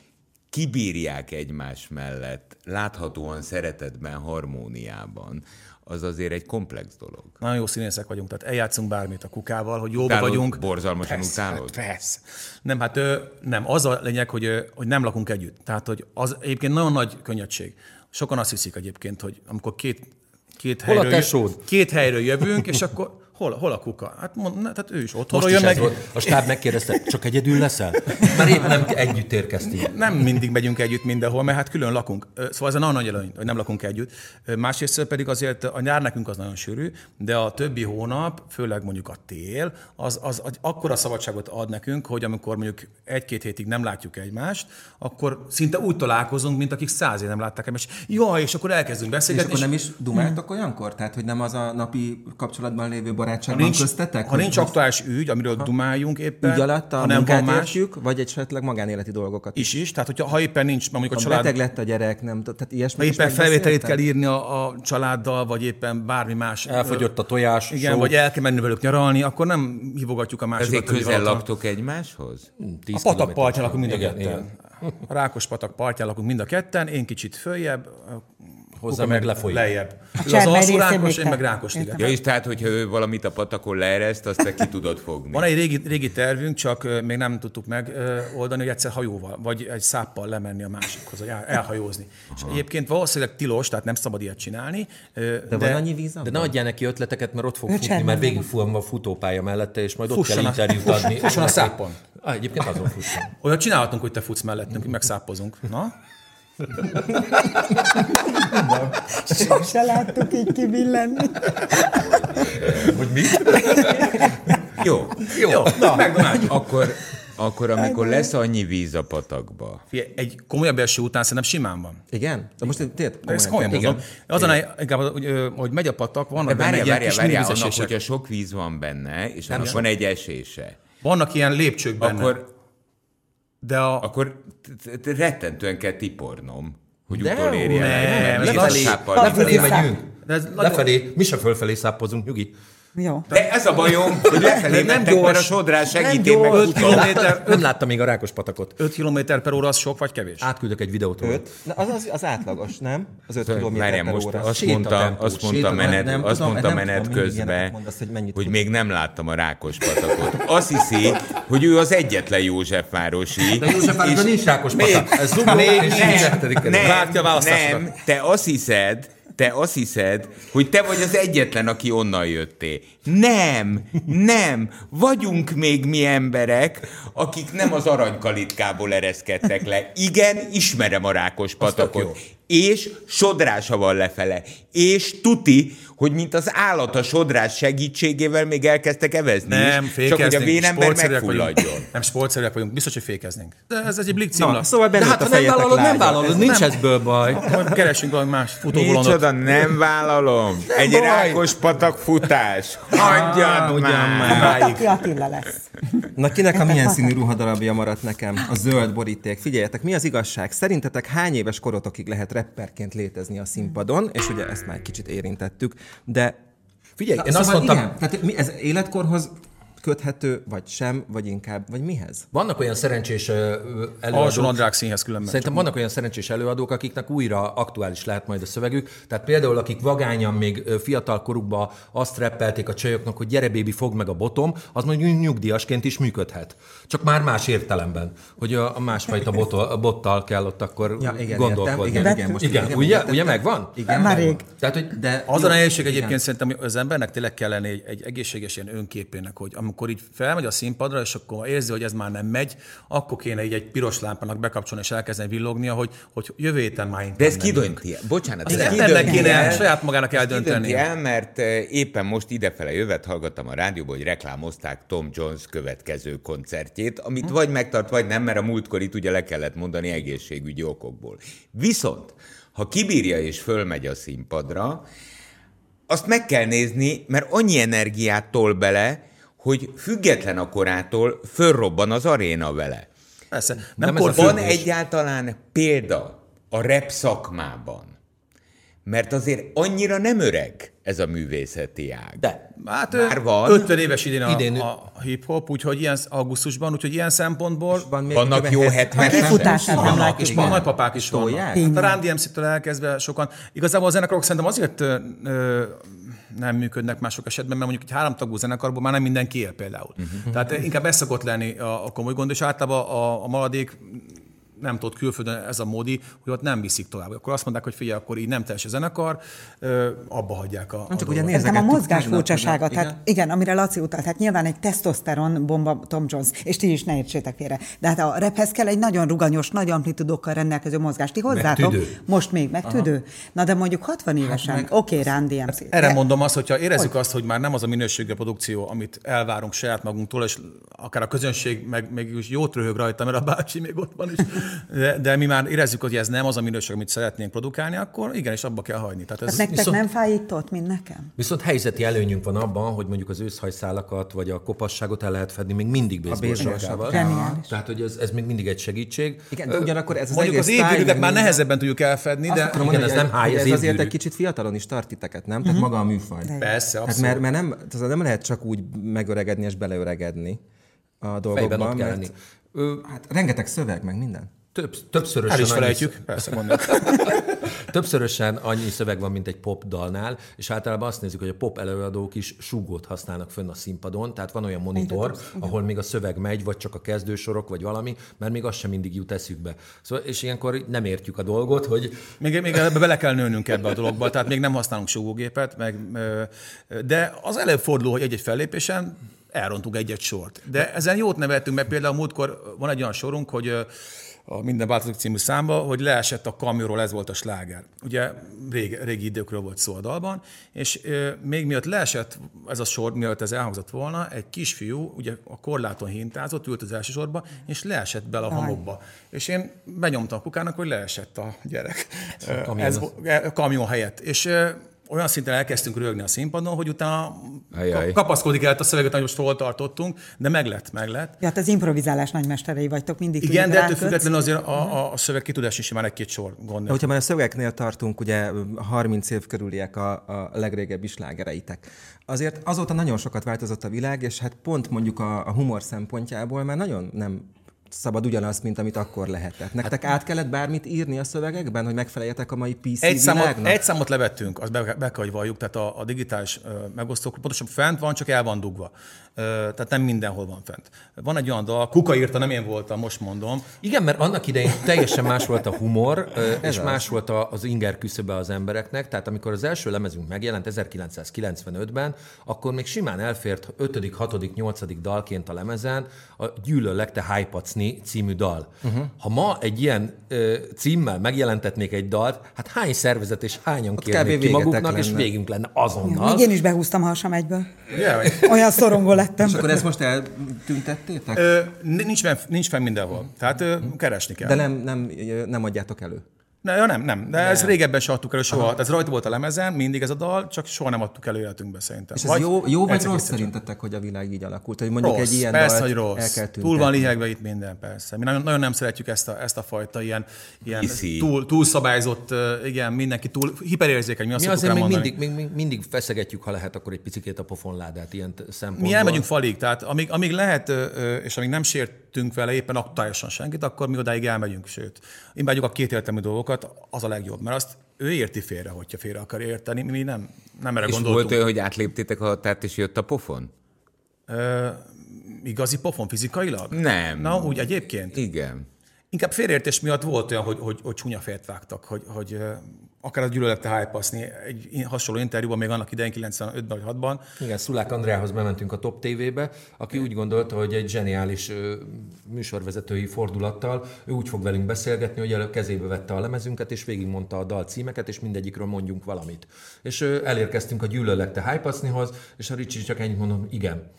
[SPEAKER 4] kibírják egymás mellett, láthatóan szeretetben, harmóniában, az azért egy komplex dolog.
[SPEAKER 3] Nagyon jó színészek vagyunk, tehát eljátszunk bármit a kukával, hogy jóba
[SPEAKER 4] Utálod?
[SPEAKER 3] vagyunk.
[SPEAKER 4] Borzalmasan
[SPEAKER 3] persze,
[SPEAKER 4] utálod?
[SPEAKER 3] Hát persze. Nem, hát ö, nem, az a lényeg, hogy, ö, hogy nem lakunk együtt. Tehát, hogy az egyébként nagyon nagy könnyedség. Sokan azt hiszik egyébként, hogy amikor két, két,
[SPEAKER 1] Hol a
[SPEAKER 3] helyről,
[SPEAKER 1] tesód?
[SPEAKER 3] két helyről jövünk, és akkor hol, hol a kuka? Hát mond, ne, tehát ő is
[SPEAKER 1] Most
[SPEAKER 3] otthonról
[SPEAKER 1] is
[SPEAKER 3] jön
[SPEAKER 1] ez
[SPEAKER 3] meg.
[SPEAKER 1] volt. A stáb megkérdezte, csak egyedül leszel? Mert épp nem együtt érkeztünk.
[SPEAKER 3] Nem mindig megyünk együtt mindenhol, mert hát külön lakunk. Ö, Szóval ez a nagyon nagy előny, hogy nem lakunk együtt. Ö, Másrészt pedig azért a nyár nekünk az nagyon sűrű, de a többi hónap, főleg mondjuk a tél, az, az, az akkora szabadságot ad nekünk, hogy amikor mondjuk egy-két hétig nem látjuk egymást, akkor szinte úgy találkozunk, mint akik száz év nem látták egymást. Jaj, és akkor elkezdünk
[SPEAKER 2] És
[SPEAKER 3] beszélgetni.
[SPEAKER 2] akkor nem is dumáltok olyankor? Tehát, hogy nem az a napi kapcsolatban lévő barátságban
[SPEAKER 3] nincs,
[SPEAKER 2] köztetek?
[SPEAKER 3] ha
[SPEAKER 2] Hogy
[SPEAKER 3] nincs aktuális ügy, amiről dumáljunk éppen,
[SPEAKER 2] ügy alatt a
[SPEAKER 3] ha nem van
[SPEAKER 2] munkát
[SPEAKER 3] más,
[SPEAKER 2] értjük, vagy esetleg magánéleti dolgokat is.
[SPEAKER 3] is is. Tehát, hogyha, ha éppen nincs, mert mondjuk a
[SPEAKER 2] Ha
[SPEAKER 3] család...
[SPEAKER 2] beteg lett a gyerek, nem tudom, tehát ilyesmi
[SPEAKER 3] Ha éppen felvételét kell írni a, a családdal, vagy éppen bármi más.
[SPEAKER 1] Elfogyott a tojás.
[SPEAKER 3] Igen,
[SPEAKER 1] só.
[SPEAKER 3] vagy el kell menni velük nyaralni, akkor nem hívogatjuk a másikat.
[SPEAKER 4] Ezért
[SPEAKER 3] hogy
[SPEAKER 4] közel
[SPEAKER 3] valahol-
[SPEAKER 4] laktok egymáshoz?
[SPEAKER 1] Tíz
[SPEAKER 3] A patak
[SPEAKER 1] kilométer.
[SPEAKER 3] partján lakunk mind a
[SPEAKER 1] Igen,
[SPEAKER 3] ketten. A Rákos patak partján lakunk mind a ketten, én kicsit följebb, a
[SPEAKER 1] Hozzá
[SPEAKER 3] kuka
[SPEAKER 1] meg lefolyik.
[SPEAKER 3] Lejjebb. Ő Az
[SPEAKER 5] Cserben
[SPEAKER 3] alsó Rákos,
[SPEAKER 5] részemléke.
[SPEAKER 3] én meg Rákos
[SPEAKER 5] Értem.
[SPEAKER 4] Ja, és tehát, hogyha ő valamit a patakon leereszt, azt te ki tudod fogni.
[SPEAKER 3] Van egy régi, régi tervünk, csak ö, még nem tudtuk megoldani, hogy egyszer hajóval, vagy egy száppal lemenni a másikhoz, hogy el- elhajózni. És egyébként valószínűleg tilos, tehát nem szabad ilyet csinálni. ö,
[SPEAKER 2] De, van annyi víz?
[SPEAKER 1] De
[SPEAKER 2] De
[SPEAKER 1] ne adjál neki ötleteket, mert ott fog
[SPEAKER 5] Ő
[SPEAKER 1] futni,
[SPEAKER 5] csendben
[SPEAKER 1] mert végig van a futópálya mellette, és majd ott
[SPEAKER 3] Fusson
[SPEAKER 1] kell
[SPEAKER 3] a-
[SPEAKER 1] interjút
[SPEAKER 3] fuss-
[SPEAKER 1] adni.
[SPEAKER 3] fusson a szápon.
[SPEAKER 1] Ah, egyébként azon fusson.
[SPEAKER 3] Olyat csinálhatunk, hogy te futsz mellettünk, mi megszápozunk. Na?
[SPEAKER 5] Sose láttuk így kibillenni.
[SPEAKER 4] Jó.
[SPEAKER 3] Jó, Jó na, megdobáljuk.
[SPEAKER 4] Akkor, akkor amikor lesz annyi víz a patakba,
[SPEAKER 3] Figyelj, egy komolyabb eső után szerintem simán van.
[SPEAKER 2] Igen? De most tényleg
[SPEAKER 3] De ezt komolyan
[SPEAKER 2] komolyan-
[SPEAKER 3] mondom. Az a, inkább, hogy, ö, hogy megy a patak,
[SPEAKER 4] de
[SPEAKER 3] vannak benne
[SPEAKER 4] várjál,
[SPEAKER 3] ilyen
[SPEAKER 4] várjál,
[SPEAKER 3] kis
[SPEAKER 4] várjál, annak,
[SPEAKER 3] minivízesések.
[SPEAKER 4] hogyha sok víz van benne, és annak van egy esése,
[SPEAKER 3] Vannak ilyen lépcsők benne. Akkor,
[SPEAKER 4] akkor,
[SPEAKER 3] de a,
[SPEAKER 4] akkor t- t- rettentően kell tipornom, hogy
[SPEAKER 1] De
[SPEAKER 4] utolérjem.
[SPEAKER 1] nem,
[SPEAKER 4] el.
[SPEAKER 3] nem,
[SPEAKER 4] Mert
[SPEAKER 3] lefelé-
[SPEAKER 4] lassábbal
[SPEAKER 1] Lefelé
[SPEAKER 4] viszem.
[SPEAKER 1] megyünk.
[SPEAKER 3] de ez nagyon,
[SPEAKER 1] Lefelé, mi se fölfelé szápozunk, nyugi.
[SPEAKER 5] Jó.
[SPEAKER 4] De ez a bajom, hogy lefelé
[SPEAKER 3] Nem
[SPEAKER 4] nem gyors, mert a
[SPEAKER 3] gyors.
[SPEAKER 4] sodrás
[SPEAKER 3] Nem
[SPEAKER 4] segítén meg
[SPEAKER 3] gyors.
[SPEAKER 4] futom.
[SPEAKER 3] Kilométer-
[SPEAKER 1] Nem láttam még a rákos patakot.
[SPEAKER 3] 5 km per óra az sok vagy kevés?
[SPEAKER 4] Hát
[SPEAKER 1] Átküldök egy videót róla.
[SPEAKER 2] Öt? Na, az, az, az átlagos, nem? Az 5
[SPEAKER 4] Várjál,
[SPEAKER 2] kilométer per
[SPEAKER 4] most
[SPEAKER 2] óra.
[SPEAKER 4] azt
[SPEAKER 1] Sétatempó,
[SPEAKER 4] mondta, azt mondta
[SPEAKER 2] sétatempó,
[SPEAKER 4] menet,
[SPEAKER 2] nem
[SPEAKER 4] azt
[SPEAKER 2] tudom,
[SPEAKER 4] mondta
[SPEAKER 2] nem
[SPEAKER 4] menet
[SPEAKER 2] tudom, mindig
[SPEAKER 4] közben,
[SPEAKER 2] ilyeneket mondasz, hogy mennyit
[SPEAKER 4] hogy
[SPEAKER 2] tud.
[SPEAKER 4] még nem láttam a rákos patakot. Azt hiszi, hogy ő az egyetlen
[SPEAKER 2] Hát
[SPEAKER 4] Józsefvárosi.
[SPEAKER 1] De Józsefvárosban nincs rákos patak. Ez zugló és
[SPEAKER 4] Nem,
[SPEAKER 1] nem,
[SPEAKER 3] Várja a
[SPEAKER 4] nem,
[SPEAKER 3] választásra.
[SPEAKER 4] nem, te azt hiszed, te azt hiszed, hogy te vagy az egyetlen, aki onnan jöttél. Nem, nem, vagyunk még mi emberek, akik nem az aranykalitkából ereszkedtek le. Igen, ismerem a rákos patakot. És sodrása van lefele. És tuti, hogy mint az állat a sodrás segítségével még elkezdtek evezni
[SPEAKER 3] Nem,
[SPEAKER 4] is, csak hogy a
[SPEAKER 3] fékeznénk.
[SPEAKER 4] vénember
[SPEAKER 3] sportszerűek
[SPEAKER 4] megfulladjon.
[SPEAKER 3] vagyunk. Nem, sportszerűek vagyunk. Biztos, hogy fékeznénk. De ez egy blik
[SPEAKER 2] Na,
[SPEAKER 3] címlap.
[SPEAKER 2] szóval
[SPEAKER 1] De
[SPEAKER 2] bennett
[SPEAKER 1] hát
[SPEAKER 2] a
[SPEAKER 1] ha nem
[SPEAKER 2] fejetek
[SPEAKER 1] vállalod, nem
[SPEAKER 2] lágya.
[SPEAKER 1] vállalod, nincs ezből baj.
[SPEAKER 3] Majd keresünk valami más futóbolondot.
[SPEAKER 4] Micsoda, nem vállalom. Egy
[SPEAKER 1] baj.
[SPEAKER 4] rákos patak futás. Hagyjad már.
[SPEAKER 5] Pataki Attila lesz.
[SPEAKER 2] Na kinek a milyen színű ruhadarabja maradt nekem? A zöld boríték. Figyeljetek, mi az igazság? Szerintetek hány éves korotokig lehet rapperként létezni a színpadon? És ugye ezt már kicsit érintettük, de...
[SPEAKER 1] Figyelj,
[SPEAKER 2] Na, szóval
[SPEAKER 1] én azt mondtam,
[SPEAKER 2] Igen, tehát mi, ez életkorhoz köthető, vagy sem, vagy inkább, vagy mihez?
[SPEAKER 1] Vannak olyan szerencsés ö,
[SPEAKER 3] Alson
[SPEAKER 1] előadók,
[SPEAKER 3] Andrák színhez különben.
[SPEAKER 1] Szerintem vannak olyan szerencsés előadók, akiknek újra aktuális lehet majd a szövegük. Tehát például, akik vagányan még ö, fiatal korukban azt reppelték a csajoknak, hogy gyere bébi, fogd meg a botom, az mondjuk nyugdíjasként is működhet. Csak már más értelemben, hogy a a másfajta botol, a bottal kell ott akkor ja, igen, gondolkodni.
[SPEAKER 2] Értem. Igen, igen, most
[SPEAKER 1] igen,
[SPEAKER 2] igen,
[SPEAKER 1] ugye,
[SPEAKER 2] értettem.
[SPEAKER 1] ugye megvan?
[SPEAKER 2] Igen,
[SPEAKER 5] Már
[SPEAKER 2] megvan.
[SPEAKER 5] rég.
[SPEAKER 1] Tehát, hogy
[SPEAKER 2] De
[SPEAKER 3] Az a
[SPEAKER 2] jó,
[SPEAKER 3] nehézség
[SPEAKER 2] igen.
[SPEAKER 3] egyébként szerintem hogy az embernek tényleg kellene egy, egy egészséges ilyen önképének, hogy amikor így felmegy a színpadra, és akkor érzi, hogy ez már nem megy, akkor kéne így egy piros lámpának bekapcsolni és elkezdeni villognia, hogy, hogy jövő héten már
[SPEAKER 4] De ez
[SPEAKER 3] nem megyünk.
[SPEAKER 4] kidönti el. Bocsánat,
[SPEAKER 3] Az
[SPEAKER 4] ez
[SPEAKER 3] embernek
[SPEAKER 4] kidönti
[SPEAKER 3] kéne
[SPEAKER 4] el.
[SPEAKER 3] saját magának
[SPEAKER 4] Ez
[SPEAKER 3] eldönteni.
[SPEAKER 4] kidönti el, mert eh, éppen most idefele jövet hallgattam a rádióban, hogy reklámozták Tom Jones következő koncertjét, amit vagy megtart, vagy nem, mert a múltkor itt ugye le kellett mondani egészségügyi okokból. Viszont, ha kibírja és fölmegy a színpadra, azt meg kell nézni, mert annyi energiát tol bele, hogy független a korától fölrobban az aréna vele.
[SPEAKER 3] Persze.
[SPEAKER 4] Nem
[SPEAKER 3] Nem,
[SPEAKER 4] Akkor
[SPEAKER 3] nem
[SPEAKER 4] van egyáltalán példa a rep szakmában, mert azért annyira nem öreg ez a művészeti ág.
[SPEAKER 1] De.
[SPEAKER 3] Hát
[SPEAKER 4] Már
[SPEAKER 3] ő
[SPEAKER 4] van.
[SPEAKER 3] 50 éves idén a,
[SPEAKER 1] Idén-
[SPEAKER 3] idén. a hip-hop, úgyhogy ilyen augusztusban, úgyhogy ilyen szempontból
[SPEAKER 2] Van még
[SPEAKER 4] Vannak jó
[SPEAKER 2] követ-
[SPEAKER 4] 70
[SPEAKER 5] kifutását nem
[SPEAKER 3] vannak,
[SPEAKER 5] látjuk.
[SPEAKER 3] és ma nagypapák is
[SPEAKER 2] Tolják?
[SPEAKER 3] vannak. Hát a Randy MC-től elkezdve sokan. Igazából a zenekarok szerintem azért ö, ö, nem működnek mások esetben, mert mondjuk egy háromtagú zenekarból már nem mindenki él például.
[SPEAKER 2] Mhm.
[SPEAKER 3] Uh-huh. Tehát inkább ez szokott lenni a, a komoly gond, és általában a, a maradék nem tudod, külföldön ez a módi, hogy ott nem viszik tovább. Akkor azt mondták, hogy figyelj, akkor így nem teljes a zenekar, ö, abba hagyják a, a
[SPEAKER 2] csak
[SPEAKER 3] dolgot.
[SPEAKER 2] ugye nézzek
[SPEAKER 5] Szerintem a
[SPEAKER 2] át,
[SPEAKER 5] mozgásfurcsasága,
[SPEAKER 2] tudod,
[SPEAKER 5] tehát igen. igen, amire Laci utalt, hát nyilván egy tesztoszteron bomba Tom Jones, és ti is ne értsétek félre. De hát a rephez kell egy nagyon ruganyos, nagy amplitudókkal rendelkező mozgást. Ti hozzátok,
[SPEAKER 1] tüdő.
[SPEAKER 5] most még, meg tüdő. Na de mondjuk 60 évesen, hát oké, okay, Randy MC.
[SPEAKER 3] Erre
[SPEAKER 5] de-
[SPEAKER 3] mondom azt, hogyha érezzük azt, hogy már nem az a minőségű a produkció, amit elvárunk saját magunktól, és akár a közönség meg, meg is jót röhög rajta, mert a bácsi még ott van is, de, de mi már érezzük, hogy ez nem az a minőség, amit szeretnénk produkálni, akkor igenis abba kell hagyni. Tehát
[SPEAKER 5] Hát
[SPEAKER 3] ez,
[SPEAKER 5] nektek
[SPEAKER 1] viszont-
[SPEAKER 5] viszont... nem fájított, mint nekem?
[SPEAKER 1] Viszont helyzeti előnyünk van abban, hogy mondjuk az őszhajszálakat vagy a kopasságot el lehet fedni még mindig bézbósakával.
[SPEAKER 5] Zseniális.
[SPEAKER 1] Tehát, hogy ez, ez még mindig egy segítség.
[SPEAKER 2] Igen, de ugyanakkor ez az
[SPEAKER 3] mondjuk az
[SPEAKER 2] egész
[SPEAKER 3] évgyűrűket már
[SPEAKER 2] tájnemű-
[SPEAKER 3] nehezebben tudjuk elfedni, de
[SPEAKER 2] Akarom
[SPEAKER 1] Igen,
[SPEAKER 2] mondani,
[SPEAKER 1] ez
[SPEAKER 2] hogy
[SPEAKER 1] nem háj,
[SPEAKER 2] hogy
[SPEAKER 1] ez
[SPEAKER 2] ez Mhm. azért
[SPEAKER 1] évgyűrű.
[SPEAKER 2] egy kicsit fiatalon is tart titeket, nem? Tehát maga a műfaj.
[SPEAKER 3] persze,
[SPEAKER 2] Hát
[SPEAKER 3] abszolút.
[SPEAKER 2] mert, mert nem, tehát nem lehet csak úgy megöregedni és beleöregedni a
[SPEAKER 1] Fejben ott
[SPEAKER 2] dolgokban,
[SPEAKER 1] kell
[SPEAKER 2] mert
[SPEAKER 1] lenni. Ö,
[SPEAKER 2] hát rengeteg szöveg, meg minden.
[SPEAKER 1] Több, többszörösen,
[SPEAKER 3] el is
[SPEAKER 1] annyi-
[SPEAKER 3] felejtjük, persze mondjuk.
[SPEAKER 1] többszörösen annyi szöveg van, mint egy pop dalnál, és általában azt nézzük, hogy a pop előadók is súgót használnak fönn a színpadon, tehát van olyan monitor, ahol még a szöveg megy, vagy csak a kezdősorok, vagy valami, mert még az sem mindig jut eszükbe. Szóval, és ilyenkor nem értjük a dolgot, hogy
[SPEAKER 3] Még, még ebbe bele kell nőnünk ebbe a dologba, tehát még nem használunk sugógépet, meg, ö, ö, de az előfordul, hogy egy-egy fellépésen elrontunk egy-egy sort. De ezen jót nevettünk, mert például múltkor van egy olyan sorunk, hogy ö, a Minden változik című számba, hogy leesett a kamionról, ez volt a sláger. Ugye régi, régi időkről volt szó a dalban, és ö, még miatt leesett ez a sor, miatt ez elhangzott volna, egy kisfiú ugye a korláton hintázott, ült az első sorba, és leesett bele a homokba. És én benyomtam a kukának, hogy leesett a gyerek. Ö,
[SPEAKER 1] kamion
[SPEAKER 3] Ez,
[SPEAKER 1] az-
[SPEAKER 3] E, kamion helyett. És ö, olyan szinten elkezdtünk rögni a színpadon, hogy utána
[SPEAKER 4] Ajaj.
[SPEAKER 3] ka- kapaszkodik el a szöveget, hogy most hol tartottunk, de meglett, meglett.
[SPEAKER 5] Ja, hát az improvizálás nagymesterei vagytok, mindig
[SPEAKER 3] Igen,
[SPEAKER 5] tudjuk,
[SPEAKER 3] de ettől
[SPEAKER 5] rákötsz.
[SPEAKER 3] függetlenül azért a, a, a szöveg kitudás is már egy-két sor gond.
[SPEAKER 2] De hogyha már a szövegeknél tartunk, ugye 30 év körüliek a, a legrégebbi slágereitek. Azért azóta nagyon sokat változott a világ, és hát pont mondjuk a, a humor szempontjából már nagyon nem szabad ugyanaz, mint amit akkor lehetett. Nektek
[SPEAKER 3] Hát-
[SPEAKER 2] át kellett bármit írni a szövegekben, hogy megfeleljetek a mai PC
[SPEAKER 3] Egy számot,
[SPEAKER 2] világnak?
[SPEAKER 3] egy számot levettünk, azt be, be kell, hogy valljuk, tehát a, a digitális ö, megosztók pontosan fent van, csak el van dugva. Ö, Tehát nem mindenhol van fent. Van egy olyan dal, Kuka írta, nem én voltam, most mondom,
[SPEAKER 1] Igen, mert annak idején teljesen más volt a humor, ö, és más volt a- az inger küszöbe az embereknek. Tehát amikor az első lemezünk megjelent 1995-ben, akkor még simán elfért 5., 6., 8. dalként a lemezen a Gyűlöllek te Hájpacni című dal. Uh-huh. Ha ma egy ilyen ö, címmel megjelentetnék egy dalt, hát hány szervezet és hányan kérnék
[SPEAKER 2] kb.
[SPEAKER 1] ki
[SPEAKER 2] végetek
[SPEAKER 1] maguknak, és
[SPEAKER 2] lenne.
[SPEAKER 1] végünk lenne
[SPEAKER 5] Ja,
[SPEAKER 1] azonnal.
[SPEAKER 5] Még én is behúztam a hasam egyből.
[SPEAKER 3] Yeah.
[SPEAKER 5] Olyan szorongó lettem.
[SPEAKER 2] És akkor ezt most eltüntettétek?
[SPEAKER 3] Ö, nincs, fenn- nincs fenn mindenhol. Tehát ö, keresni kell.
[SPEAKER 2] De nem, nem, nem adjátok elő.
[SPEAKER 3] Ne, ja, nem, nem. De nem. ezt régebben se adtuk elő soha. Aha. Ez rajta volt a lemezen, mindig ez a dal, csak soha nem adtuk elő életünkbe szerintem.
[SPEAKER 2] És ez vagy jó, jó vagy
[SPEAKER 3] egyszer-kétszer
[SPEAKER 2] rossz
[SPEAKER 3] csak.
[SPEAKER 2] szerintetek, hogy a világ így alakult? Hogy mondjuk
[SPEAKER 3] Rossz,
[SPEAKER 2] egy ilyen
[SPEAKER 3] persze,
[SPEAKER 2] dalt
[SPEAKER 3] hogy
[SPEAKER 2] el
[SPEAKER 3] rossz.
[SPEAKER 2] kell
[SPEAKER 3] Túl van
[SPEAKER 2] tüntetni?
[SPEAKER 3] lihegve itt minden, persze. Mi nagyon, nagyon nem szeretjük ezt a, ezt a fajta ilyen, ilyen
[SPEAKER 4] Hiszi.
[SPEAKER 3] túl, túlszabályzott, ö, igen, mindenki túl hiperérzékeny. Mi azt
[SPEAKER 1] Mi
[SPEAKER 3] szoktuk
[SPEAKER 1] azért
[SPEAKER 3] rá
[SPEAKER 1] még
[SPEAKER 3] mondani.
[SPEAKER 1] mindig, még, még mindig feszegetjük, ha lehet, akkor egy picikét a pofonládát ilyen t- szempontból.
[SPEAKER 3] Mi elmegyünk falig, tehát amíg, amíg lehet, ö, ö, és amíg nem sértünk vele éppen aktuálisan senkit, akkor mi odáig elmegyünk, sőt. Imádjuk a két értelmű dolgokat, az a legjobb, mert azt ő érti félre, hogyha félre akar érteni, mi nem, nem erre
[SPEAKER 4] És
[SPEAKER 3] gondoltunk.
[SPEAKER 4] volt olyan, hogy átléptétek a határt, és jött a pofon?
[SPEAKER 3] Igazi pofon fizikailag?
[SPEAKER 4] Nem.
[SPEAKER 3] Na, úgy egyébként?
[SPEAKER 4] Igen.
[SPEAKER 3] Inkább félreértés miatt volt olyan, hogy, hogy, hogy csúnya fejet vágtak, hogy, hogy ö, akár a gyűlölete hype egy i- hasonló interjúban még annak idején 95-ben vagy 6-ban.
[SPEAKER 1] Igen, Szulák Andrához bementünk a Top TV-be, aki úgy gondolta, hogy egy zseniális ö, műsorvezetői fordulattal ő úgy fog velünk beszélgetni, hogy előbb kezébe vette a lemezünket, és végigmondta a dal címeket, és mindegyikről mondjunk valamit. És ö, elérkeztünk a Gyűlölekte Hypasznihoz, és a Ricsi csak ennyit mondom, igen.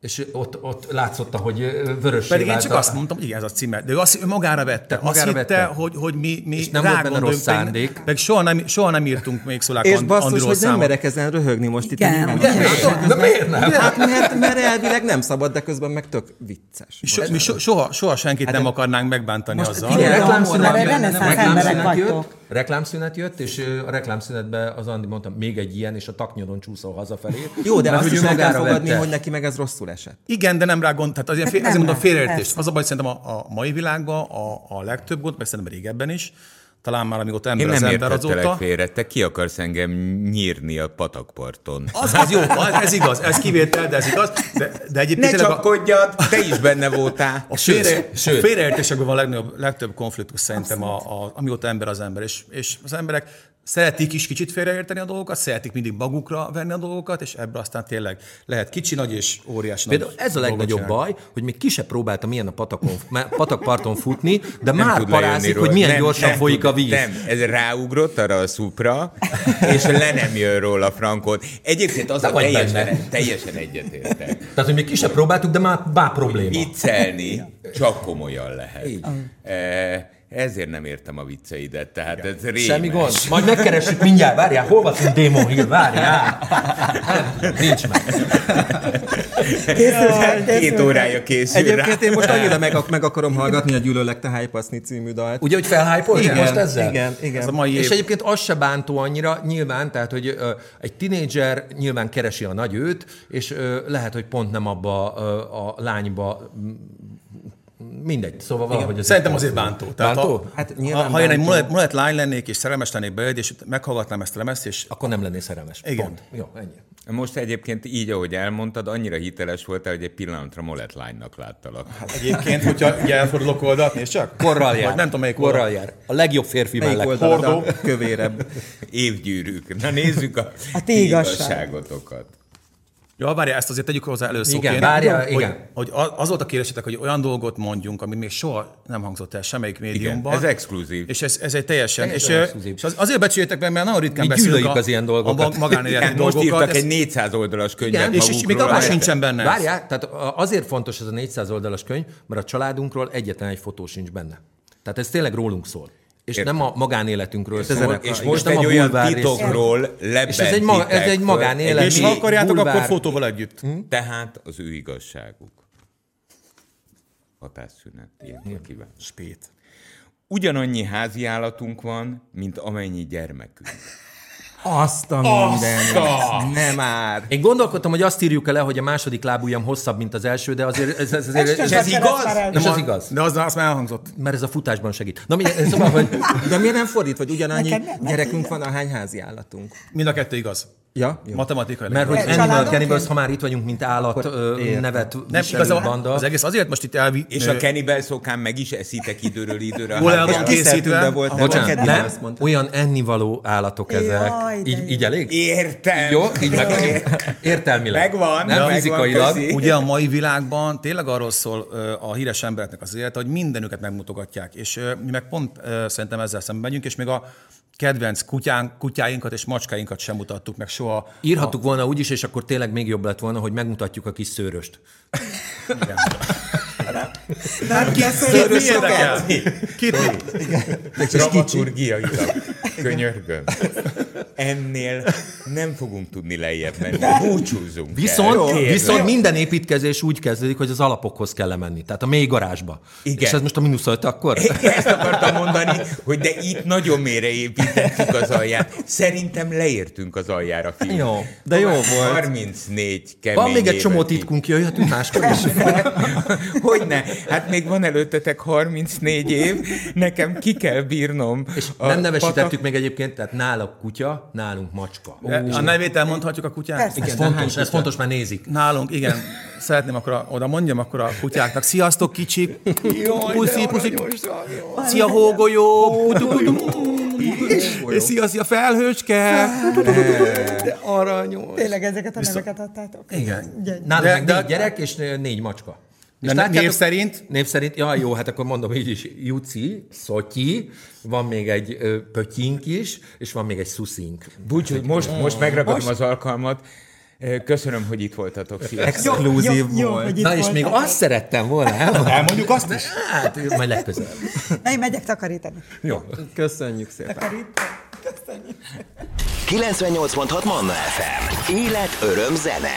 [SPEAKER 1] És ott, ott látszott, hogy vörös.
[SPEAKER 3] Pedig én csak azt mondtam, hogy igen, ez a címe. De ő, azt, ő magára vette. Azt
[SPEAKER 1] magára
[SPEAKER 3] magára hitte,
[SPEAKER 1] vette.
[SPEAKER 3] vette. Hogy, hogy mi, mi
[SPEAKER 1] És nem volt benne
[SPEAKER 3] rágondolunk,
[SPEAKER 1] rossz
[SPEAKER 3] pedig-
[SPEAKER 1] szándék.
[SPEAKER 3] Meg soha nem, soha nem írtunk még Szulák
[SPEAKER 2] És
[SPEAKER 3] And-
[SPEAKER 2] basszus,
[SPEAKER 3] Andról
[SPEAKER 2] hogy nem
[SPEAKER 3] számot.
[SPEAKER 2] merek ezen röhögni most itt.
[SPEAKER 5] Igen,
[SPEAKER 2] nyilván.
[SPEAKER 5] ugye?
[SPEAKER 1] De miért nem?
[SPEAKER 2] Hát mert, mert elvileg nem szabad, de közben meg tök vicces.
[SPEAKER 3] So, mi so, soha, soha senkit
[SPEAKER 1] Hát
[SPEAKER 3] nem akarnánk megbántani most azzal.
[SPEAKER 5] figyelj,
[SPEAKER 3] Igen.
[SPEAKER 5] Reklámszünet jön. Reneszánsz emberek vagytok.
[SPEAKER 1] jött, reklámszünet jött, és ö, a reklámszünetben az Andi mondta, még egy ilyen, és a taknyodon csúszol hazafelé.
[SPEAKER 2] Jó, de
[SPEAKER 1] Mert
[SPEAKER 2] azt
[SPEAKER 1] hogy
[SPEAKER 2] is
[SPEAKER 1] ő
[SPEAKER 2] meg kell
[SPEAKER 1] magára
[SPEAKER 2] fogadni,
[SPEAKER 1] vette.
[SPEAKER 2] hogy neki meg ez rosszul esett.
[SPEAKER 3] igen, de nem rá gond, tehát azért,
[SPEAKER 5] Hát
[SPEAKER 3] fél,
[SPEAKER 5] nem,
[SPEAKER 3] ezért mondom
[SPEAKER 5] nem,
[SPEAKER 3] félreértés.
[SPEAKER 5] persze.
[SPEAKER 3] Az a baj, szerintem a, a mai világban a, a legtöbb gond, mert szerintem régebben is, talán már amikor
[SPEAKER 4] Én
[SPEAKER 3] ember az
[SPEAKER 4] nem
[SPEAKER 3] ember
[SPEAKER 4] értettelek
[SPEAKER 3] azóta.
[SPEAKER 4] félre. Te ki akarsz engem nyírni a patakparton?
[SPEAKER 3] Az, az jó, az- ez igaz, ez kivétel, de ez igaz. De, de egyébként
[SPEAKER 4] Ne
[SPEAKER 3] tényleg a-
[SPEAKER 4] csapkodjad, te is benne voltál.
[SPEAKER 3] A, félre,
[SPEAKER 1] sőt.
[SPEAKER 3] a félreértésekben van a legnagyobb, legtöbb konfliktus szerintem, a, a, amióta ember az ember. És, és az emberek szeretik is kicsit félreérteni a dolgokat, szeretik mindig magukra venni a dolgokat, és ebből aztán tényleg lehet kicsi, nagy és óriási nagy
[SPEAKER 1] Például ez a
[SPEAKER 3] dolgot
[SPEAKER 1] legnagyobb
[SPEAKER 3] csinálni.
[SPEAKER 1] baj, hogy még ki se próbáltam ilyen a patakon, már patakparton futni, de már
[SPEAKER 4] tud lejönni
[SPEAKER 1] parázik,
[SPEAKER 4] róla.
[SPEAKER 1] hogy milyen
[SPEAKER 4] Nem,
[SPEAKER 1] gyorsan
[SPEAKER 4] nem
[SPEAKER 1] folyik
[SPEAKER 4] tud.
[SPEAKER 1] a víz.
[SPEAKER 4] Nem, ez ráugrott arra a szupra, és le nem jön róla Frankot. Egyébként az a
[SPEAKER 1] vagy
[SPEAKER 4] teljesen, teljesen egyetértek.
[SPEAKER 1] Tehát, hogy még ki se próbáltuk, de már bár probléma.
[SPEAKER 4] Viccelni csak komolyan lehet. E, ezért nem értem a vicceidet, tehát ez rémes.
[SPEAKER 1] Semmi gond. Majd megkeressük mindjárt. Várjál, hol van a Demon Hill? Várjál. Nincs meg.
[SPEAKER 4] Két órája készül
[SPEAKER 2] Egyébként
[SPEAKER 4] rá.
[SPEAKER 2] én most annyira meg, meg akarom hallgatni a Gyűlölek te Hypaszni című dalt.
[SPEAKER 1] Ugye, hogy felhájpoltál most ezzel?
[SPEAKER 2] igen, igen.
[SPEAKER 3] Ez a mai év.
[SPEAKER 1] És egyébként az se bántó annyira, nyilván, tehát, hogy ö, egy tinédzser nyilván keresi a nagy őt, és ö, lehet, hogy pont nem abba ö, a lányba, m- mindegy, szóval valahogy az
[SPEAKER 3] Szerintem azért bántó. Tehát
[SPEAKER 1] Bántó?
[SPEAKER 3] Ha,
[SPEAKER 2] Hát
[SPEAKER 3] hát
[SPEAKER 2] nyilván
[SPEAKER 3] ha, ha én egy
[SPEAKER 2] bántó.
[SPEAKER 3] mulett, mulett lány lennék, és szerelmes lennék belőled, és meghallgatnám ezt a lemezt, és
[SPEAKER 1] Akkor nem lennél szerelmes.
[SPEAKER 3] Igen.
[SPEAKER 1] Pont. Jó, ennyi.
[SPEAKER 4] Most egyébként így, ahogy elmondtad, annyira hiteles voltál, hogy egy pillanatra Molett lánynak láttalak.
[SPEAKER 3] Hát, egyébként, hogyha ugye elfordulok oldalt, és csak?
[SPEAKER 1] Korral jár.
[SPEAKER 3] Vagy nem tudom, melyik
[SPEAKER 1] Korral
[SPEAKER 3] oldalt.
[SPEAKER 1] jár. A legjobb férfi
[SPEAKER 2] Melyik
[SPEAKER 1] mellett.
[SPEAKER 2] oldalad a kövérebb.
[SPEAKER 4] Évgyűrűk. Na nézzük a,
[SPEAKER 5] A ti igazság.
[SPEAKER 4] igazságotokat.
[SPEAKER 3] Ja, várjál, ezt azért tegyük hozzá előszóként.
[SPEAKER 1] Igen, várjál,
[SPEAKER 3] hogy,
[SPEAKER 1] igen.
[SPEAKER 3] Hogy a- az volt a kérésetek, hogy olyan dolgot mondjunk, ami még soha nem hangzott el semmelyik médiumban.
[SPEAKER 4] ez exkluzív.
[SPEAKER 3] És ez, ez egy teljesen. És,
[SPEAKER 1] Teljesen
[SPEAKER 3] ö,
[SPEAKER 1] exkluzív.
[SPEAKER 3] és az, azért becsüljétek meg, mert nagyon ritkán
[SPEAKER 1] Mi
[SPEAKER 3] beszélünk
[SPEAKER 1] gyűlöljük az ilyen dolgokat.
[SPEAKER 3] a mag- magánéleti
[SPEAKER 4] Igen, hát most
[SPEAKER 3] dolgokat.
[SPEAKER 4] írtak
[SPEAKER 3] Ez-
[SPEAKER 4] egy 400 oldalas könyvet
[SPEAKER 3] igen, és, és még
[SPEAKER 4] magukról.
[SPEAKER 3] abban
[SPEAKER 4] Hát,
[SPEAKER 3] sincsen benne. ez.
[SPEAKER 1] Várjál, tehát a- azért fontos ez a 400 oldalas könyv, mert a családunkról egyetlen egy fotó sincs benne. Tehát ez tényleg rólunk szól. És
[SPEAKER 4] Értem.
[SPEAKER 1] nem a magánéletünkről és szól.
[SPEAKER 4] És
[SPEAKER 1] és
[SPEAKER 4] most
[SPEAKER 1] nem
[SPEAKER 4] egy
[SPEAKER 1] a
[SPEAKER 4] olyan
[SPEAKER 1] bulvár részről.
[SPEAKER 4] titokról
[SPEAKER 1] És ez egy, ma,
[SPEAKER 4] lebentitek.
[SPEAKER 1] ez egy
[SPEAKER 4] föl.
[SPEAKER 1] magánélet.
[SPEAKER 3] És
[SPEAKER 1] mi
[SPEAKER 3] ha akarjátok,
[SPEAKER 1] bulvár-
[SPEAKER 3] akkor fotóval együtt.
[SPEAKER 1] Hm?
[SPEAKER 4] Tehát az ő igazságuk. Hatásszünet. Ilyenkor kíváncsi.
[SPEAKER 3] Spét.
[SPEAKER 4] Ugyanannyi házi állatunk van, mint amennyi gyermekünk.
[SPEAKER 2] Azt a minden. Nem már.
[SPEAKER 1] Én gondolkodtam, hogy azt írjuk el, hogy a második lábujjam hosszabb, mint az első, de azért ez, ez, azért,
[SPEAKER 5] Ez
[SPEAKER 1] és
[SPEAKER 5] csak
[SPEAKER 1] ez
[SPEAKER 5] az
[SPEAKER 1] igaz?
[SPEAKER 5] kereszt felelni.
[SPEAKER 1] Nem az igaz,
[SPEAKER 3] De az, az már elhangzott.
[SPEAKER 1] mert ez a futásban segít. Na, mindjárt, szóval, hogy
[SPEAKER 2] De miért nem fordít, hogy ugyanannyi
[SPEAKER 5] Neked nem-
[SPEAKER 2] gyerekünk van, ahány házi állatunk?
[SPEAKER 3] Mind a kettő igaz.
[SPEAKER 2] Ja? Jó.
[SPEAKER 3] Matematikailag.
[SPEAKER 1] mert hogy
[SPEAKER 5] Családok?
[SPEAKER 1] Animal Cannibals, ha már itt vagyunk, mint állat ö,
[SPEAKER 2] értem.
[SPEAKER 1] nevet
[SPEAKER 3] nem,
[SPEAKER 1] viselő
[SPEAKER 3] igazából
[SPEAKER 1] banda.
[SPEAKER 3] az egész azért most itt elvi...
[SPEAKER 4] És a Cannibal szokán meg is eszitek időről időre. a
[SPEAKER 3] Hol el
[SPEAKER 4] házi
[SPEAKER 3] van
[SPEAKER 4] állat-
[SPEAKER 3] készítve?
[SPEAKER 2] Készítőben volt, nem?
[SPEAKER 1] Bocsánat,
[SPEAKER 2] Kedden
[SPEAKER 1] nem,
[SPEAKER 2] azt mondta.
[SPEAKER 1] olyan ennivaló állatok ezek.
[SPEAKER 5] Jaj, de
[SPEAKER 1] így, így elég?
[SPEAKER 4] Értem.
[SPEAKER 1] Jó, így meg, értelmileg.
[SPEAKER 4] Megvan,
[SPEAKER 1] nem
[SPEAKER 4] megvan,
[SPEAKER 1] fizikailag.
[SPEAKER 4] köszi.
[SPEAKER 3] Ugye a mai világban tényleg arról szól ö, a híres embereknek az élete, hogy mindenüket megmutogatják, és ö, mi meg pont ö, szerintem ezzel szemben megyünk, és még a kedvenc kutyánk, kutyáinkat és macskáinkat sem mutattuk meg soha.
[SPEAKER 1] Írhattuk volna úgy is, és akkor tényleg még jobb lett volna, hogy megmutatjuk a kis szőröst.
[SPEAKER 5] Na,
[SPEAKER 2] Szörös
[SPEAKER 5] beszéljünk sokat.
[SPEAKER 2] sokat.
[SPEAKER 1] Kit?
[SPEAKER 4] Dramaturgiailag. Könyörgöm. Ennél nem fogunk tudni lejjebb menni. Búcsúzunk. el,
[SPEAKER 1] Viszont,
[SPEAKER 4] kérlek.
[SPEAKER 1] viszont minden építkezés úgy kezdődik, hogy az alapokhoz kell lemenni, tehát a mély garázsba.
[SPEAKER 4] Igen.
[SPEAKER 1] És ez most a mínusz öt akkor?
[SPEAKER 4] Ezt akartam mondani, hogy de itt nagyon mélyre építettük az alját. Szerintem leértünk az aljára, fiú.
[SPEAKER 2] Jó, de jó
[SPEAKER 4] Tovább
[SPEAKER 2] volt.
[SPEAKER 4] 34 kemény
[SPEAKER 1] Van még egy
[SPEAKER 4] évet
[SPEAKER 1] csomó
[SPEAKER 4] így.
[SPEAKER 1] titkunk, jöhetünk máskor is.
[SPEAKER 4] Hogyne? Hát még van előttetek 34 év, nekem ki kell bírnom.
[SPEAKER 1] És
[SPEAKER 4] a
[SPEAKER 1] nem
[SPEAKER 4] patak-
[SPEAKER 1] nevesítettük még egyébként, tehát nála kutya, nálunk macska.
[SPEAKER 3] E, A nevét elmondhatjuk a kutyának?
[SPEAKER 5] Persze.
[SPEAKER 1] Ez
[SPEAKER 3] Igen, de hány
[SPEAKER 1] fontos, ez fontos, mert nézik.
[SPEAKER 3] Nálunk, igen. Szeretném akkor a, oda mondjam akkor a kutyáknak. Sziasztok, kicsik! Puszi, puszi! Szia, hógolyó! Putu, putu, És szia, szia, felhőcske! De aranyos!
[SPEAKER 5] Tényleg ezeket a neveket adtátok?
[SPEAKER 3] Igen.
[SPEAKER 5] Ugye,
[SPEAKER 1] Nálunk
[SPEAKER 3] De-
[SPEAKER 1] meg
[SPEAKER 3] de-
[SPEAKER 1] négy gyerek és négy macska. És
[SPEAKER 3] De
[SPEAKER 1] látjátok-
[SPEAKER 3] név szerint?
[SPEAKER 1] Név szerint, ja jó, hát akkor mondom így is, Juci, Szotyi, van még egy ö, Pötyink is, és van még egy Szuszink.
[SPEAKER 4] Búcsú, most, most megragadom az alkalmat. Köszönöm, hogy itt voltatok, sziasztok.
[SPEAKER 2] Exkluzív
[SPEAKER 5] jó,
[SPEAKER 2] volt.
[SPEAKER 5] hogy itt
[SPEAKER 1] Na és még
[SPEAKER 5] voltatok.
[SPEAKER 1] azt szerettem volna elmondani.
[SPEAKER 3] Elmondjuk azt is?
[SPEAKER 1] Hát, majd legközelebb.
[SPEAKER 5] Na, én megyek takarítani.
[SPEAKER 2] Köszönjük szépen.
[SPEAKER 9] 98.6 Manna FM. Élet, öröm, zene.